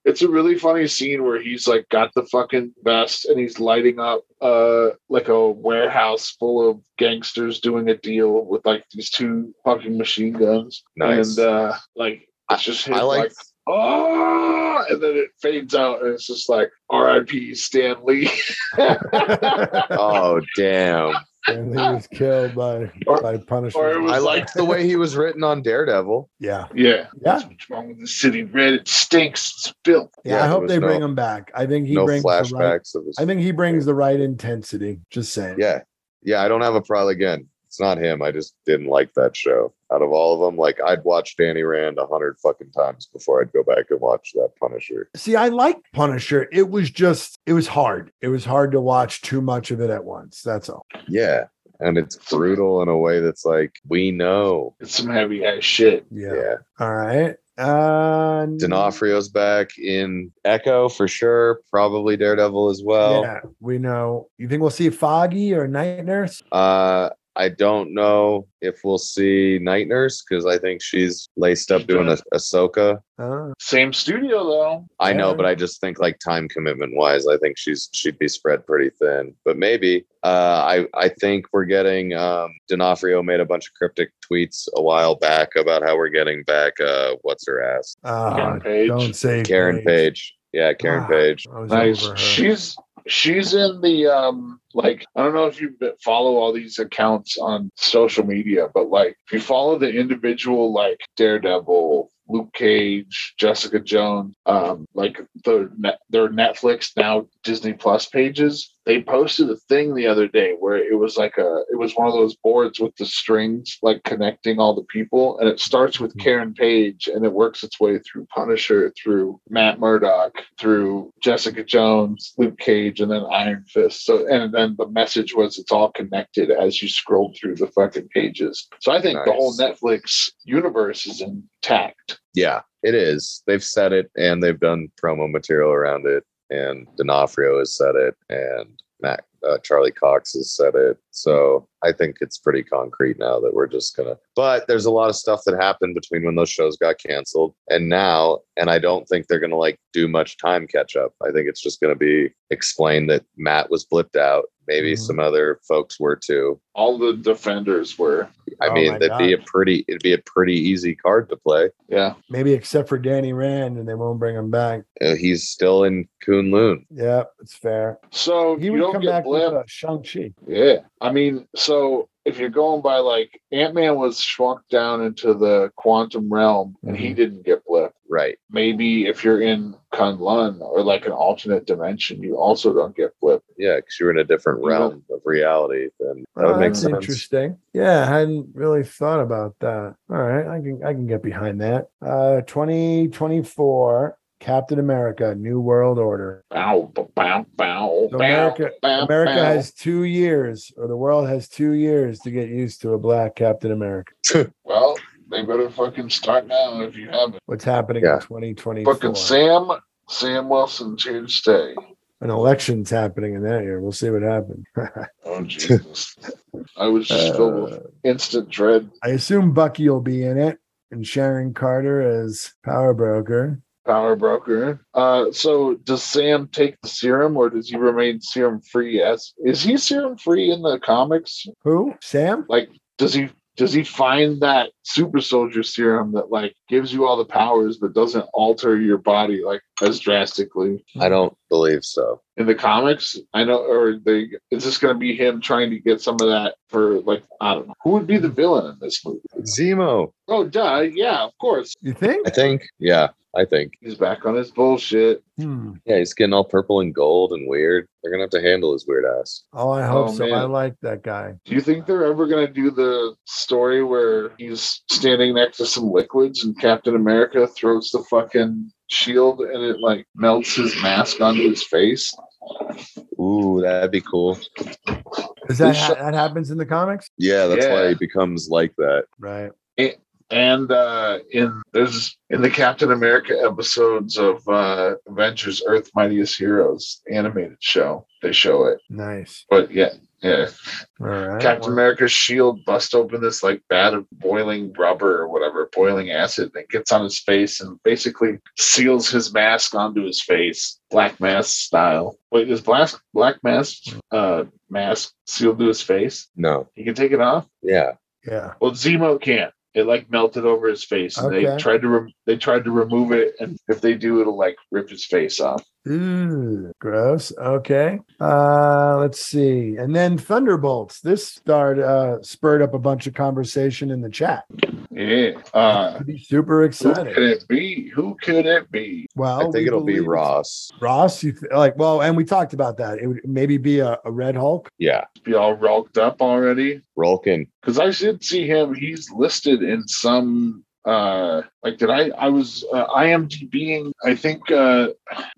Speaker 7: it's a really funny scene where he's like got the fucking vest and he's lighting up uh like a warehouse full of gangsters doing a deal with like these two fucking machine guns.
Speaker 5: Nice.
Speaker 7: And uh like it's just him,
Speaker 5: I
Speaker 7: like,
Speaker 5: like
Speaker 7: oh and then it fades out and it's just like R.I.P. Stan Lee. *laughs*
Speaker 5: Oh damn.
Speaker 6: And he was killed by
Speaker 7: Or-
Speaker 6: by
Speaker 7: or it
Speaker 6: Punisher.
Speaker 7: was-
Speaker 5: *laughs* I liked the way he was written on Daredevil.
Speaker 6: yeah.
Speaker 7: yeah.
Speaker 6: Yeah.
Speaker 7: That's what's wrong with the city. Red, it stinks, it's filth.
Speaker 6: Yeah.
Speaker 5: Yeah,
Speaker 6: I
Speaker 5: there
Speaker 6: hope
Speaker 5: was
Speaker 6: they bring
Speaker 5: no-
Speaker 6: him back. I think he
Speaker 5: no
Speaker 6: brings the right,
Speaker 5: flashbacks of his
Speaker 6: I think he brings the right intensity. Just saying.
Speaker 5: Yeah. Yeah, I don't have a problem again. It's not him. I just didn't like that show. Out of all of them, like I'd watch Danny Rand a hundred fucking times before I'd go back and watch that Punisher.
Speaker 6: See, I like Punisher. It was just it was hard. It was hard to watch too much of it at once. That's all.
Speaker 5: Yeah. And it's brutal in a way that's like, we know.
Speaker 7: It's some heavy ass shit.
Speaker 6: Yeah.
Speaker 5: Yeah.
Speaker 6: All right. Uh
Speaker 5: D'Onofrio's back in Echo for sure. Probably Daredevil as well.
Speaker 6: Yeah, we know. You think we'll see Foggy or Night Nurse?
Speaker 5: Uh, I don't know if we'll see Night Nurse because I think she's laced up doing a Ahsoka.
Speaker 6: Uh,
Speaker 7: Same studio though.
Speaker 5: I know,
Speaker 6: Yeah.
Speaker 5: but I just think like time commitment wise, I think she's she'd be spread pretty thin. But maybe uh, I I think we're getting um, D'Onofrio made a bunch of cryptic tweets a while back about how we're getting back uh, what's her ass
Speaker 6: uh,
Speaker 7: Karen Page.
Speaker 6: Don't say
Speaker 5: Karen Page. Yeah, Karen
Speaker 6: Ah,
Speaker 5: Page.
Speaker 6: I was
Speaker 7: Nice.
Speaker 6: over her.
Speaker 7: She's she's in the um like I don't know if you be- follow all these accounts on social media, but like if you follow the individual like Daredevil, Luke Cage, Jessica Jones, um like the net, their Netflix now Disney Plus pages, they posted a thing the other day where it was like a it was one of those boards with the strings like connecting all the people and it starts with Karen Page and it works its way through Punisher, through Matt Murdock, through Jessica Jones, Luke Cage, and then Iron Fist. So and then the message was it's all connected as you scroll through the fucking pages. So I think the
Speaker 5: Nice.
Speaker 7: whole Netflix universe is intact.
Speaker 5: Yeah, it is. They've said it and they've done promo material around it. And D'Onofrio has said it and Mac, uh, Charlie Cox has said it. So I think it's pretty concrete now that we're just going to. But there's a lot of stuff that happened between when those shows got canceled and now. And I don't think they're going to like do much time catch up. I think it's just going to be explained that Matt was blipped out. Maybe
Speaker 6: Mhm.
Speaker 5: some other folks were too.
Speaker 7: All the defenders were
Speaker 5: I
Speaker 6: Oh
Speaker 5: mean,
Speaker 6: my
Speaker 5: that'd be a
Speaker 6: God.
Speaker 5: pretty it'd be a pretty easy card to play.
Speaker 7: yeah.
Speaker 6: Maybe except for Danny Rand, and they won't bring him back.
Speaker 5: Uh, he's still in Kunlun.
Speaker 6: Yeah, it's fair.
Speaker 7: So
Speaker 6: He
Speaker 7: you
Speaker 6: would
Speaker 7: don't
Speaker 6: come
Speaker 7: get
Speaker 6: back with
Speaker 7: blipped.
Speaker 6: uh, Shang Chi.
Speaker 7: Yeah. I mean, so if you're going by like Ant Man was shrunk down into the quantum realm and
Speaker 6: Mm-hmm.
Speaker 7: he didn't get blipped.
Speaker 5: Right.
Speaker 7: Maybe if you're in Kunlun or like an alternate dimension, you also don't get blipped.
Speaker 5: Yeah, because you're in a different
Speaker 7: Yeah.
Speaker 5: realm of reality. Then that would
Speaker 6: Oh,
Speaker 5: make
Speaker 6: that's
Speaker 5: sense.
Speaker 6: interesting. Yeah, I hadn't really thought about that. All right, I can I can get behind that. Uh, twenty twenty four. Captain America: New World Order.
Speaker 7: Bow, ba- bow, bow,
Speaker 6: So
Speaker 7: bow,
Speaker 6: America-
Speaker 7: bow,
Speaker 6: America
Speaker 7: bow.
Speaker 6: has two years, or the world has two years to get used to a black Captain America.
Speaker 7: Well, they better fucking start now if you haven't.
Speaker 6: What's happening
Speaker 5: Yeah.
Speaker 6: in twenty twenty
Speaker 7: Fucking
Speaker 6: four?
Speaker 7: Sam, Sam Wilson's here to stay.
Speaker 6: An election's happening in that year. We'll see what happens. *laughs*
Speaker 7: Oh Jesus! I was just filled with
Speaker 6: Uh,
Speaker 7: instant dread.
Speaker 6: I assume Bucky will be in it, and Sharon Carter as power broker.
Speaker 7: Power broker. Uh, so does Sam take the serum, or does he remain serum free? As is he serum free in the comics?
Speaker 6: Who? Sam?
Speaker 7: Does he? Does he find that super soldier serum that like gives you all the powers but doesn't alter your body like as drastically
Speaker 5: I don't believe so.
Speaker 7: in the comics? I know, or they is this going to be him trying to get some of that for like I don't know who would be the villain in this movie?
Speaker 5: Zemo,
Speaker 7: Oh, duh, yeah, of course.
Speaker 6: You think?
Speaker 5: I think. Yeah, I think.
Speaker 7: He's back on his bullshit.
Speaker 6: Hmm.
Speaker 5: Yeah, he's getting all purple and gold and weird. They're gonna have to handle his weird ass.
Speaker 6: Oh, I hope
Speaker 7: Oh,
Speaker 6: so. I
Speaker 7: man.
Speaker 6: like that guy.
Speaker 7: Do you think they're ever going to do the story where he's standing next to some liquids and Captain America throws the fucking shield and it like melts his mask onto his face?
Speaker 5: Ooh, that'd be cool.
Speaker 6: Is that
Speaker 7: This sh-
Speaker 6: that happens in the comics?
Speaker 5: Yeah, that's why
Speaker 7: Yeah.
Speaker 5: he becomes like that.
Speaker 6: Right.
Speaker 7: And uh, in there's in the Captain America episodes of uh, Avengers: Earth Mightiest Heroes animated show, they show it.
Speaker 6: Nice.
Speaker 7: But yeah, yeah,
Speaker 6: All right.
Speaker 7: Captain America's shield busts open this like vat of boiling rubber or whatever, boiling acid that gets on his face and basically seals his mask onto his face, black mask style. Wait, is black black mask uh mask sealed to his face?
Speaker 5: No.
Speaker 7: He can take it off.
Speaker 5: Yeah.
Speaker 6: yeah.
Speaker 7: Well, Zemo can't. It like melted over his face, and they
Speaker 6: Okay.
Speaker 7: tried to re- they tried to remove it, and if they do, it'll like rip his face off.
Speaker 6: Ooh, gross. Okay. Uh let's see. And then Thunderbolts. This started uh spurred up a bunch of conversation in the chat.
Speaker 7: Yeah. Uh,
Speaker 6: I'd be super
Speaker 7: who could
Speaker 6: excited.
Speaker 7: it be? Who could it be?
Speaker 6: Well,
Speaker 5: I think
Speaker 6: we
Speaker 5: it'll be
Speaker 6: believe it's
Speaker 5: Ross.
Speaker 6: Ross, you th- like well, and we talked about that. It would maybe be a, a Red Hulk.
Speaker 5: Yeah.
Speaker 7: Be all rocked up already?
Speaker 5: Rolkin.
Speaker 7: because I did see him. He's listed in some uh like did I I was uh, IMDBing. I think uh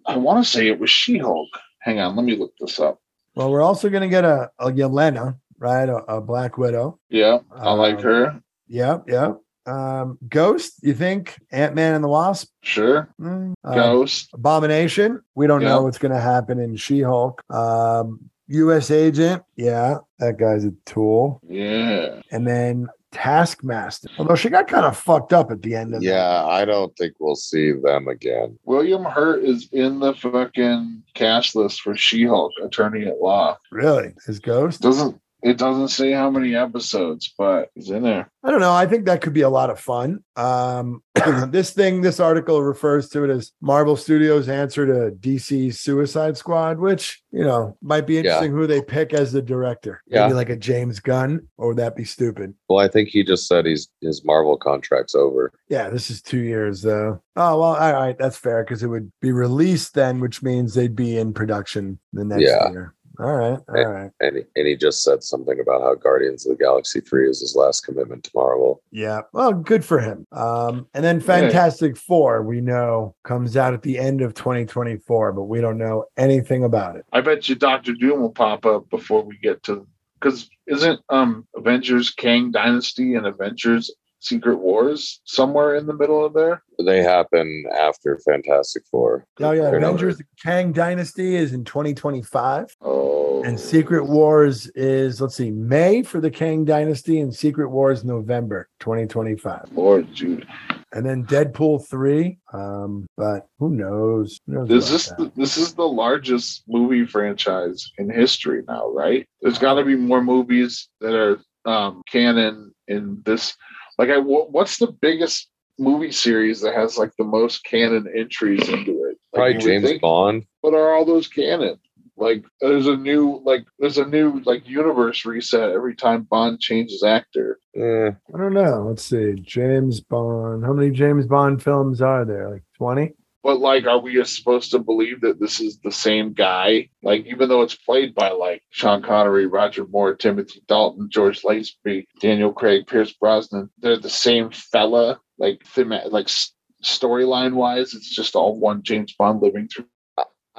Speaker 7: I want to say it was She Hulk. Hang on, let me look this up.
Speaker 6: Well, we're also gonna get a, a Yelena, right? A, a Black Widow.
Speaker 7: Yeah, I like
Speaker 6: Um,
Speaker 7: her.
Speaker 6: Yep, yep. Um, Ghost, you think Ant Man and the Wasp?
Speaker 7: Sure,
Speaker 6: Mm. Um,
Speaker 7: Ghost.
Speaker 6: Abomination. We don't
Speaker 7: Yeah.
Speaker 6: know what's going to happen in She Hulk. Um, U.S. Agent. Yeah, that guy's a tool.
Speaker 7: Yeah,
Speaker 6: And then Taskmaster. Although she got kind of fucked up at the end of that.
Speaker 5: Yeah, I don't think we'll see them again.
Speaker 7: William Hurt is in the fucking cast list for She Hulk, Attorney at Law.
Speaker 6: Really, his ghost.
Speaker 7: Doesn't it doesn't say how many episodes, but he's in there.
Speaker 6: I don't know. I think that could be a lot of fun. Um, *clears throat* this thing, this article refers to it as Marvel Studios' answer to DC's Suicide Squad, which you know might be interesting who they pick as the director.
Speaker 5: Yeah.
Speaker 6: Maybe like a James Gunn, or would that be stupid?
Speaker 5: Well, I think he just said he's his Marvel contract's over.
Speaker 6: Yeah, this is two years though. Oh well, all right, that's fair because it would be released then, which means they'd be in production the next
Speaker 5: Yeah.
Speaker 6: year. All right, all
Speaker 5: Eh.
Speaker 6: right,
Speaker 5: And he, and he just said something about how Guardians of the Galaxy 3 is his last commitment to Marvel.
Speaker 6: yeah. Well, good for him. Um, and then Fantastic Four, we know comes out at the end of 2024, but we don't know anything about it.
Speaker 7: I bet you Doctor Doom will pop up before we get to because isn't um Avengers Kang Dynasty and Avengers Secret Wars somewhere in the middle of there?
Speaker 5: They happen after Fantastic Four.
Speaker 6: Oh yeah,
Speaker 5: They're not-
Speaker 6: Avengers: Kang Dynasty is in 2025,
Speaker 7: Oh,
Speaker 6: and Secret Wars is let's see, May for the Kang Dynasty, and Secret Wars November 2025.
Speaker 7: Lord Jude,
Speaker 6: and then Deadpool three. Um, but who knows? Who knows
Speaker 7: is
Speaker 6: about
Speaker 7: this
Speaker 6: that?
Speaker 7: the, this is the largest movie franchise in history now, right? There's got to be more movies that are um canon in this. Like, I wh- what's the biggest movie series that has like the most canon entries into it? Like,
Speaker 5: Probably
Speaker 7: you would
Speaker 5: James
Speaker 7: think-
Speaker 5: Bond.
Speaker 7: what are all those canon? Like there's a new like there's a new like universe reset every time Bond changes actor.
Speaker 5: Eh,
Speaker 6: I don't know. Let's see. James Bond. How many James Bond films are there? Like twenty.
Speaker 7: But like are we supposed to believe that this is the same guy? Like even though it's played by like Sean Connery, Roger Moore, Timothy Dalton, George Lazenby, Daniel Craig, Pierce Brosnan, they're the same fella, like thema- like s- storyline wise, it's just all one James Bond living through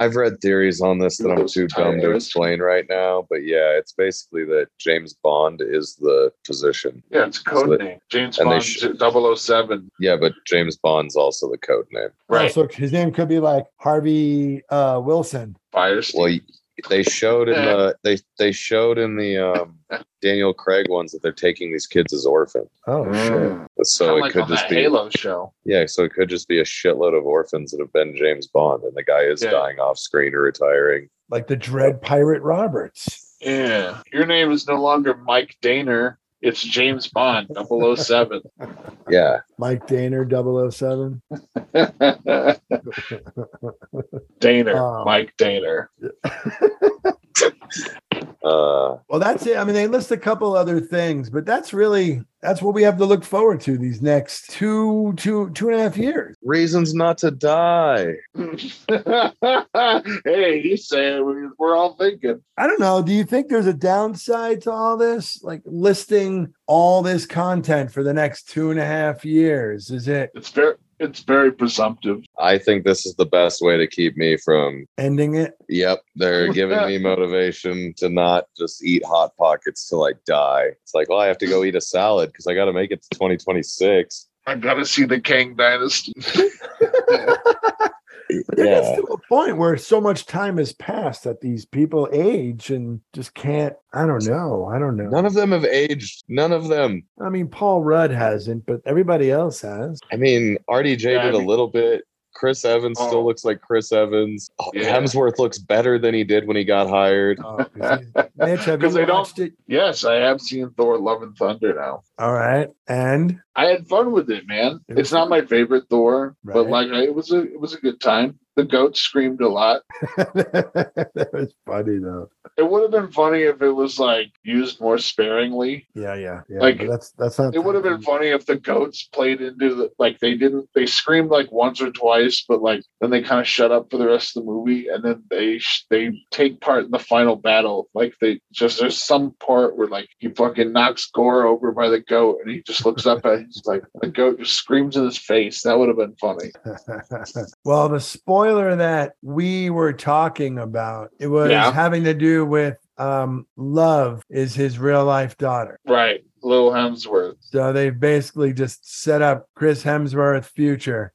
Speaker 5: I've read theories on this that I'm too dumb to
Speaker 7: Tired.
Speaker 5: explain right now, but yeah, it's basically that James Bond is the position.
Speaker 7: yeah, it's a code
Speaker 5: So that-
Speaker 7: name. James
Speaker 5: and they
Speaker 7: Bond
Speaker 5: should-
Speaker 7: 007.
Speaker 5: Yeah, but James Bond's also the code name.
Speaker 7: Right.
Speaker 6: Oh, So his name could be like Harvey uh, Wilson.
Speaker 7: Firestone.
Speaker 5: Well, y- they showed in *laughs* the they they showed in the um, Daniel Craig ones that they're taking these kids as orphans.
Speaker 6: Oh
Speaker 7: Mm.
Speaker 6: shit.
Speaker 5: So
Speaker 7: Kinda
Speaker 5: it
Speaker 7: like
Speaker 5: could
Speaker 7: on
Speaker 5: just
Speaker 7: that
Speaker 5: be
Speaker 7: Halo show.
Speaker 5: yeah. So it could just be a shitload of orphans that have been James Bond, and the guy is
Speaker 7: Yeah.
Speaker 5: dying off screen or retiring.
Speaker 6: Like the Dread Pirate Roberts.
Speaker 7: Yeah. Your name is no longer Mike Daner. It's James Bond *laughs* 007.
Speaker 5: Yeah,
Speaker 6: Mike Daner, 007.
Speaker 7: Daner.
Speaker 6: Um, Oh.
Speaker 7: Mike Daner.
Speaker 5: Uh,
Speaker 6: Well, that's it. I mean, they list a couple other things, but that's really that's what we have to look forward to these next two, two, two and a half years.
Speaker 5: reasons not to die.
Speaker 7: *laughs* hey, he's saying we- we're all thinking.
Speaker 6: I don't know. Do you think there's a downside to all this? Like listing all this content for the next two and a half years? Is it
Speaker 7: It's very it's very presumptive.
Speaker 5: I think this is the best way to keep me from.
Speaker 6: ending it?
Speaker 5: Yep, they're giving me motivation to not just eat hot pockets till I die. It's like, well, I have to go eat a salad because I got to make it to 2026.
Speaker 7: I gotta see the Kang Dynasty.
Speaker 6: But it gets to a point where so much time has passed that these people age and just can't. I don't know. I don't know.
Speaker 5: None of them have aged. None of them.
Speaker 6: I mean, Paul Rudd hasn't, but everybody else
Speaker 7: *laughs*
Speaker 6: has.
Speaker 5: I mean, RDJ
Speaker 7: Yeah, I
Speaker 5: did a
Speaker 7: mean-
Speaker 5: little bit. Chris Evans
Speaker 7: Oh.
Speaker 5: still looks like Chris Evans. Oh,
Speaker 7: Yeah.
Speaker 5: Hemsworth looks better than he did when he got hired.
Speaker 6: Oh, 'cause he- Mitch, have you
Speaker 7: 'Cause they don't-
Speaker 6: watched it?
Speaker 7: *laughs* yes, I have seen Thor: Love and Thunder now.
Speaker 6: All right, and *laughs*
Speaker 7: I had fun with it, man.
Speaker 6: It was
Speaker 7: It's not my favorite Thor, but
Speaker 6: Right.
Speaker 7: like I- it was a it was a good time. The goat screamed a lot.
Speaker 6: that was funny though.
Speaker 7: It would have been funny if it was like used more sparingly.
Speaker 6: Yeah, yeah, yeah.
Speaker 7: Like,
Speaker 6: but that's that's not.
Speaker 7: It would have been funny if the goats played into the like they didn't they screamed like once or twice, but like then they kind of shut up for the rest of the movie, and then they sh- they take part in the final battle. Like they just there's some part where like he fucking knocks Gore over by the goat, and he just looks up at he's like the goat just screams in his face. That would have been funny.
Speaker 6: *laughs* well, the spoiler that we were talking about it was
Speaker 7: Yeah.
Speaker 6: having to do with um love is his real life daughter.
Speaker 7: Right, Lil Hemsworth.
Speaker 6: So they basically just set up Chris Hemsworth future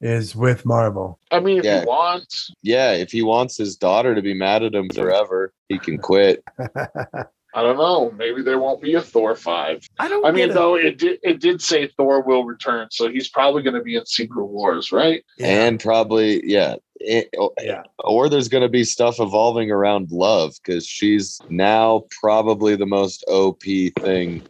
Speaker 6: is with
Speaker 5: *laughs*
Speaker 6: Marvel.
Speaker 7: I mean, if
Speaker 5: Yeah.
Speaker 7: you want,
Speaker 5: Yeah, if he wants his daughter to be mad at him forever, he can quit.
Speaker 7: I don't know. Maybe there won't be a Thor five.
Speaker 6: I don't
Speaker 7: I
Speaker 6: get
Speaker 7: mean,
Speaker 6: it.
Speaker 7: though it did it did say Thor will return, so he's probably going to be in Secret Wars, right?
Speaker 6: Yeah.
Speaker 5: And probably, yeah. it- o-
Speaker 6: Yeah.
Speaker 5: Or there's going to be stuff evolving around love because she's now probably the most OP thing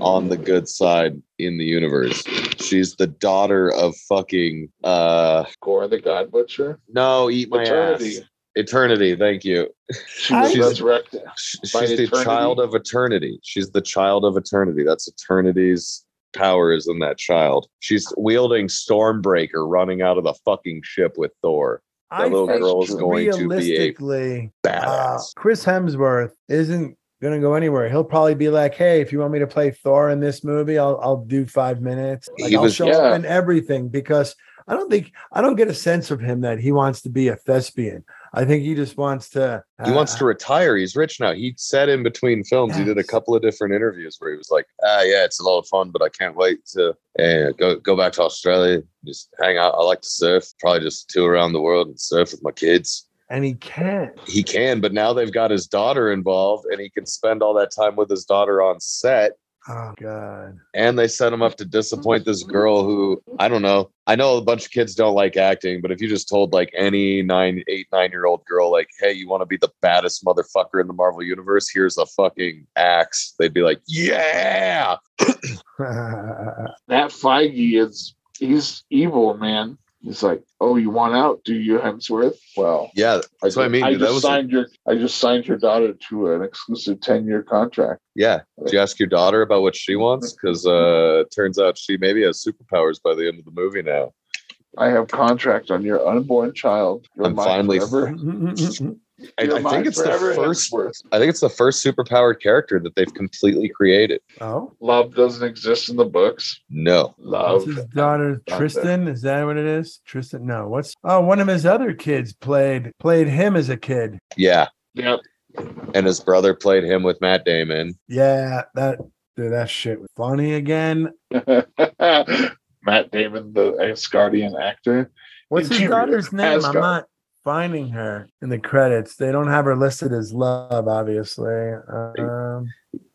Speaker 5: on the good side in the universe. She's the daughter of fucking, uh,
Speaker 7: Gore the God Butcher.
Speaker 5: no, eat my
Speaker 7: Eternity.
Speaker 5: ass. Eternity, thank you.
Speaker 7: She was
Speaker 5: I-
Speaker 7: resurrected.
Speaker 5: Sh- She's
Speaker 7: By
Speaker 5: the
Speaker 7: eternity?
Speaker 5: child of eternity. She's the child of eternity. That's eternity's power is in that child. She's wielding Stormbreaker running out of the fucking ship with Thor.
Speaker 6: I
Speaker 5: little
Speaker 6: think
Speaker 5: girl is going to be a-
Speaker 6: realistically, uh,
Speaker 5: Badass.
Speaker 6: Chris Hemsworth isn't going to go anywhere. He'll probably be like, "Hey, if you want me to play Thor in this movie, I'll I'll do five minutes. Like,
Speaker 5: He
Speaker 6: I'll
Speaker 5: was-
Speaker 6: show
Speaker 7: Yeah.
Speaker 6: up in everything." Because I don't think I don't get a sense of him that he wants to be a thespian. I think he just wants to. uh,
Speaker 5: he wants to retire. He's rich now. He said in between films, he did a
Speaker 6: Yes.
Speaker 5: couple of different interviews where he was like, "Ah, yeah, it's a lot of fun, but I can't wait to eh, go go back to Australia, just hang out. I like to surf. Probably just tour around the world and surf with my kids."
Speaker 6: and he can't.
Speaker 5: He can, but now they've got his daughter involved, and he can spend all that time with his daughter on set.
Speaker 6: Oh
Speaker 5: *laughs*
Speaker 6: God! *laughs*
Speaker 5: and they set him up to disappoint this girl who I don't know. I know a bunch of kids don't like acting, but if you just told like any nine, eight, nine year old girl, like, hey, you want to be the baddest motherfucker in the Marvel universe? Here's a fucking axe. They'd be like, yeah.
Speaker 7: That Feige is he's evil, man. He's like, oh, you want out, do you, Hemsworth? Well,
Speaker 5: Yeah. That's what I mean.
Speaker 7: I
Speaker 5: dude.
Speaker 7: just
Speaker 5: that was,
Speaker 7: signed your I just signed your daughter to an exclusive ten year contract.
Speaker 5: yeah. Did you ask your daughter about what she wants? Because uh, turns out she maybe has superpowers by the end of the movie now.
Speaker 7: I have contract on your unborn child. You're
Speaker 5: I'm
Speaker 7: mine
Speaker 5: finally-
Speaker 7: forever.
Speaker 5: I,
Speaker 7: You're
Speaker 5: I
Speaker 7: mine
Speaker 5: think it's
Speaker 7: forever,
Speaker 5: the first.
Speaker 7: Hemsworth.
Speaker 5: I think it's the first superpowered character that they've completely created.
Speaker 6: oh,
Speaker 7: Love doesn't exist in the books.
Speaker 5: No.
Speaker 6: what's
Speaker 7: Love.
Speaker 6: his daughter
Speaker 7: Thunder.
Speaker 6: Tristan? Is that what it is? Tristan? No. What's oh? One of his other kids played played him as a kid.
Speaker 5: Yeah.
Speaker 7: Yep.
Speaker 5: and his brother played him with Matt Damon.
Speaker 6: Yeah, that dude, that shit was funny again.
Speaker 7: *laughs* Matt Damon, the ex Guardian actor.
Speaker 6: What's his
Speaker 7: Interior,
Speaker 6: daughter's name?
Speaker 7: Asgard.
Speaker 6: I'm not finding her in the credits. They don't have her listed as love, obviously. Um,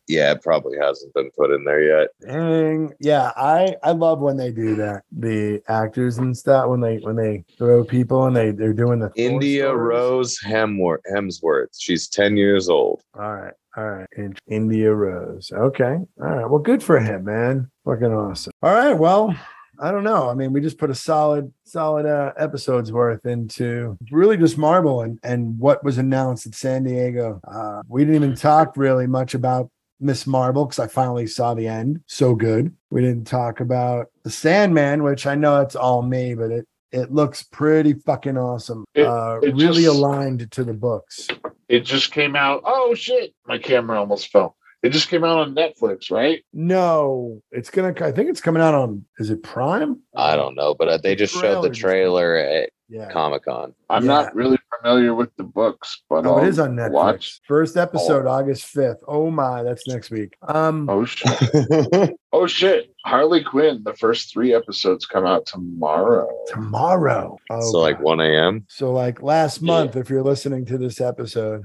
Speaker 5: Yeah, it probably hasn't been put in there yet.
Speaker 6: dang. Yeah, I I love when they do that. The actors and stuff when they when they throw people and they they're doing the Thor
Speaker 5: India
Speaker 6: stories.
Speaker 5: Rose Hemwor- Hemsworth. She's 10 years old.
Speaker 6: All right, all right. In- India Rose. Okay, all right. Well, good for him, man. Fucking awesome. All right. Well, I don't know. I mean, we just put a solid, solid uh, episode's worth into really just Marvel and and what was announced at San Diego. Uh, we didn't even talk really much about Miss Marvel because I finally saw the end. So good. We didn't talk about the Sandman, which I know it's all me, but it it looks pretty fucking awesome.
Speaker 7: It-
Speaker 6: uh,
Speaker 7: it
Speaker 6: really
Speaker 7: just-
Speaker 6: aligned to the books.
Speaker 7: It just came out. Oh shit! My camera almost fell. It just came out on Netflix, right?
Speaker 6: No, it's gonna. I think it's coming out on. Is it Prime?
Speaker 5: I don't know, but uh, they just showed the trailer at
Speaker 6: Yeah.
Speaker 5: Comic
Speaker 6: *laughs*
Speaker 5: Con.
Speaker 7: I'm not really familiar with the books, but
Speaker 6: Oh,
Speaker 7: I'll
Speaker 6: it is on Netflix.
Speaker 7: Watch.
Speaker 6: First episode, August fifth. Oh my, that's next week. Um, *laughs*
Speaker 7: Oh shit! Oh shit! Harley Quinn. The first three episodes come out tomorrow. *laughs*
Speaker 6: tomorrow. Oh,
Speaker 5: so like
Speaker 6: God.
Speaker 5: 1 a.m.
Speaker 6: so like last
Speaker 7: Yeah.
Speaker 6: month. If you're listening to this episode,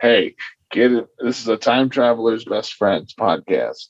Speaker 7: hey, get it. This is a time traveler's best friends podcast.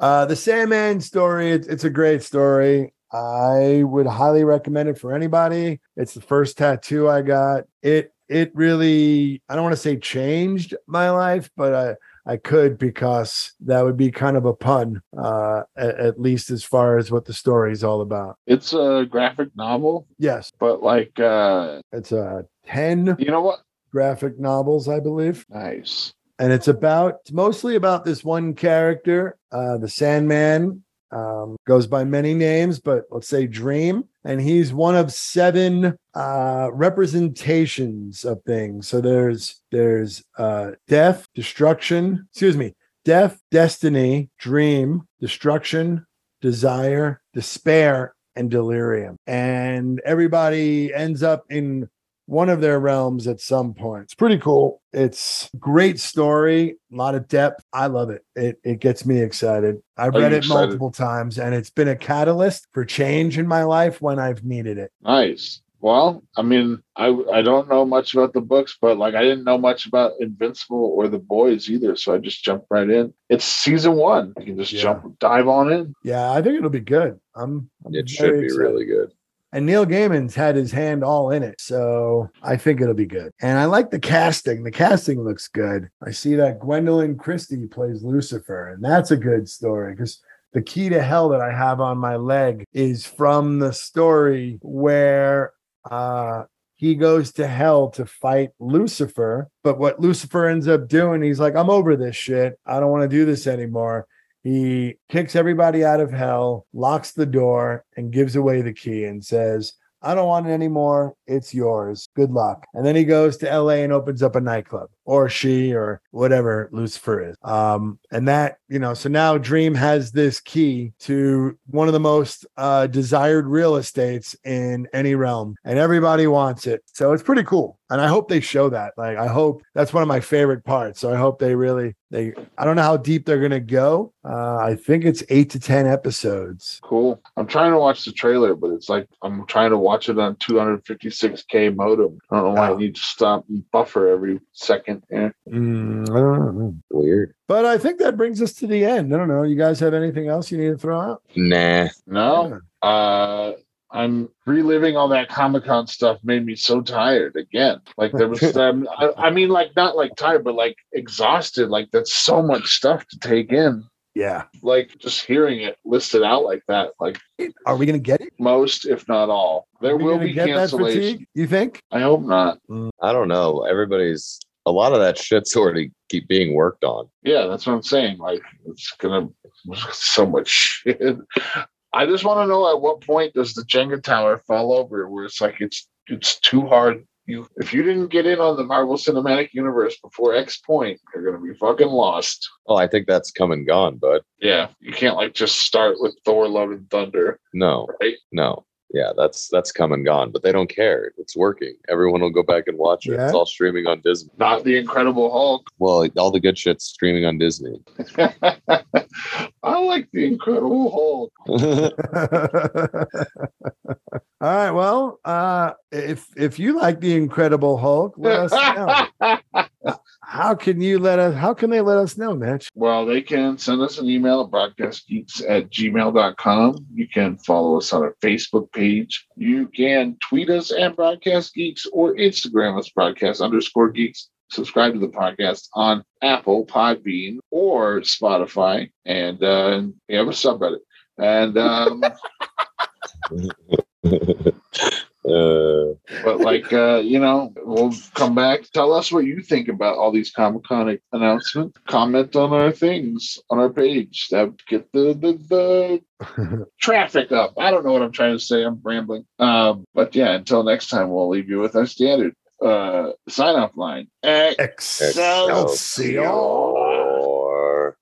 Speaker 6: uh, the Sandman story. It's, it's a great story. I would highly recommend it for anybody. It's the first tattoo I got. It it really. I don't want to say changed my life, but I. I could because that would be kind of a pun, uh, at, at least as far as what the story is all about.
Speaker 7: It's a graphic novel,
Speaker 6: Yes,
Speaker 7: but like uh
Speaker 6: It's uh, 10
Speaker 7: you know what?
Speaker 6: graphic novels, I believe.
Speaker 7: Nice.
Speaker 6: And it's about, it's mostly about this one character, uh, the Sandman. Um, goes by many names, but let's say Dream. And he's one of seven uh, representations of things. So there's there's uh, death, destruction. Excuse me, death, destiny, dream, destruction, desire, despair, and delirium. And everybody ends up in one of their realms at some point. It's pretty cool. It's great story, a lot of depth. I love it. It it gets me excited. I've
Speaker 7: Are you
Speaker 6: read it
Speaker 7: excited?
Speaker 6: multiple times and it's been a catalyst for change in my life when I've needed it.
Speaker 7: Nice. Well, I mean, I I don't know much about the books, but like I didn't know much about Invincible or the boys either, so I just jumped right in. It's season one. You can just
Speaker 6: Yeah.
Speaker 7: jump dive on in.
Speaker 6: Yeah, I think it'll be good. I'm, I'm
Speaker 5: It
Speaker 6: very
Speaker 5: should be
Speaker 6: excited.
Speaker 5: really good.
Speaker 6: And Neil Gaiman's had his hand all in it. So I think it'll be good. And I like the casting. The casting looks good. I see that Gwendolyn Christie plays Lucifer, and that's a good story because the key to hell that I have on my leg is from the story where uh he goes to hell to fight Lucifer. But what Lucifer ends up doing, he's like, I'm over this shit. I don't want to do this anymore. He kicks everybody out of hell, locks the door, and gives away the key and says, I don't want it anymore. It's yours. Good luck. And then he goes to LA and opens up a nightclub, or she, or whatever Lucifer is. Um, and that, you know, so now Dream has this key to one of the most uh, desired real estates in any realm, and everybody wants it. So it's pretty cool. And I hope they show that. Like, I hope that's one of my favorite parts. So I hope they really they. I don't know how deep they're gonna go. Uh, I think it's eight to ten episodes.
Speaker 7: Cool. I'm trying to watch the trailer, but it's like I'm trying to watch it on 256k modem. I don't know why
Speaker 6: Oh.
Speaker 7: I need to stop and buffer every second. Eh.
Speaker 6: Mm, I don't know.
Speaker 5: Weird.
Speaker 6: But I think that brings us to the end. I don't know. You guys have anything else you need to throw out?
Speaker 5: Nah.
Speaker 7: No,
Speaker 6: Yeah.
Speaker 7: uh I'm reliving all that Comic Con stuff made me so tired again. Like
Speaker 6: *laughs*
Speaker 7: there was, um, I, I mean, like not like tired, but like exhausted. Like that's so much stuff to take in.
Speaker 6: Yeah.
Speaker 7: Like just hearing it listed out like that, like
Speaker 6: Are we going to get it?
Speaker 7: most, if not all, there
Speaker 6: Are we
Speaker 7: will
Speaker 6: gonna
Speaker 7: be cancellation.
Speaker 6: fatigue, You think? *laughs*
Speaker 7: I hope not.
Speaker 5: I don't know. Everybody's a lot of that shit's already keep being worked on.
Speaker 7: Yeah, that's what I'm saying. Like it's gonna *laughs* so much shit. I just want to know at what point does the Jenga tower fall over where it's like it's it's too hard. You if you didn't get in on the Marvel Cinematic Universe before X point, you're gonna be fucking lost.
Speaker 5: Oh, I think that's come and gone, bud.
Speaker 7: Yeah, you can't like just start with Thor: Love and Thunder,
Speaker 5: No,
Speaker 7: right?
Speaker 5: no. Yeah, that's that's come and gone, but they don't care. It's working. Everyone will go back and watch it.
Speaker 6: Yeah.
Speaker 5: It's all streaming on Disney.
Speaker 7: Not the Incredible Hulk. *laughs*
Speaker 5: Well, all the good shit's streaming on Disney. *laughs*
Speaker 7: I like the Incredible Hulk.
Speaker 5: Uh,
Speaker 6: All right. Well, uh, if if you like the Incredible Hulk, let
Speaker 7: *laughs*
Speaker 6: us know. How can you let us? How can they let us know, Mitch?
Speaker 7: Well, they can send us an email at broadcastgeeks at gmail.com. You can follow us on our Facebook page. You can tweet us at Broadcast Geeks or Instagram us Broadcast underscore Geeks. subscribe to the podcast on Apple, Podbean, or Spotify, and uh, we have a subreddit. And um,
Speaker 5: Uh,
Speaker 7: but like uh, you know, we'll come back. Tell us what you think about all these Comic Con announcements. Comment on our things on our page. That get the the, the traffic up. I don't know what I'm trying to say. I'm rambling. Um, but yeah, until next time, we'll leave you with our standard uh, sign off line.
Speaker 6: Excelsior.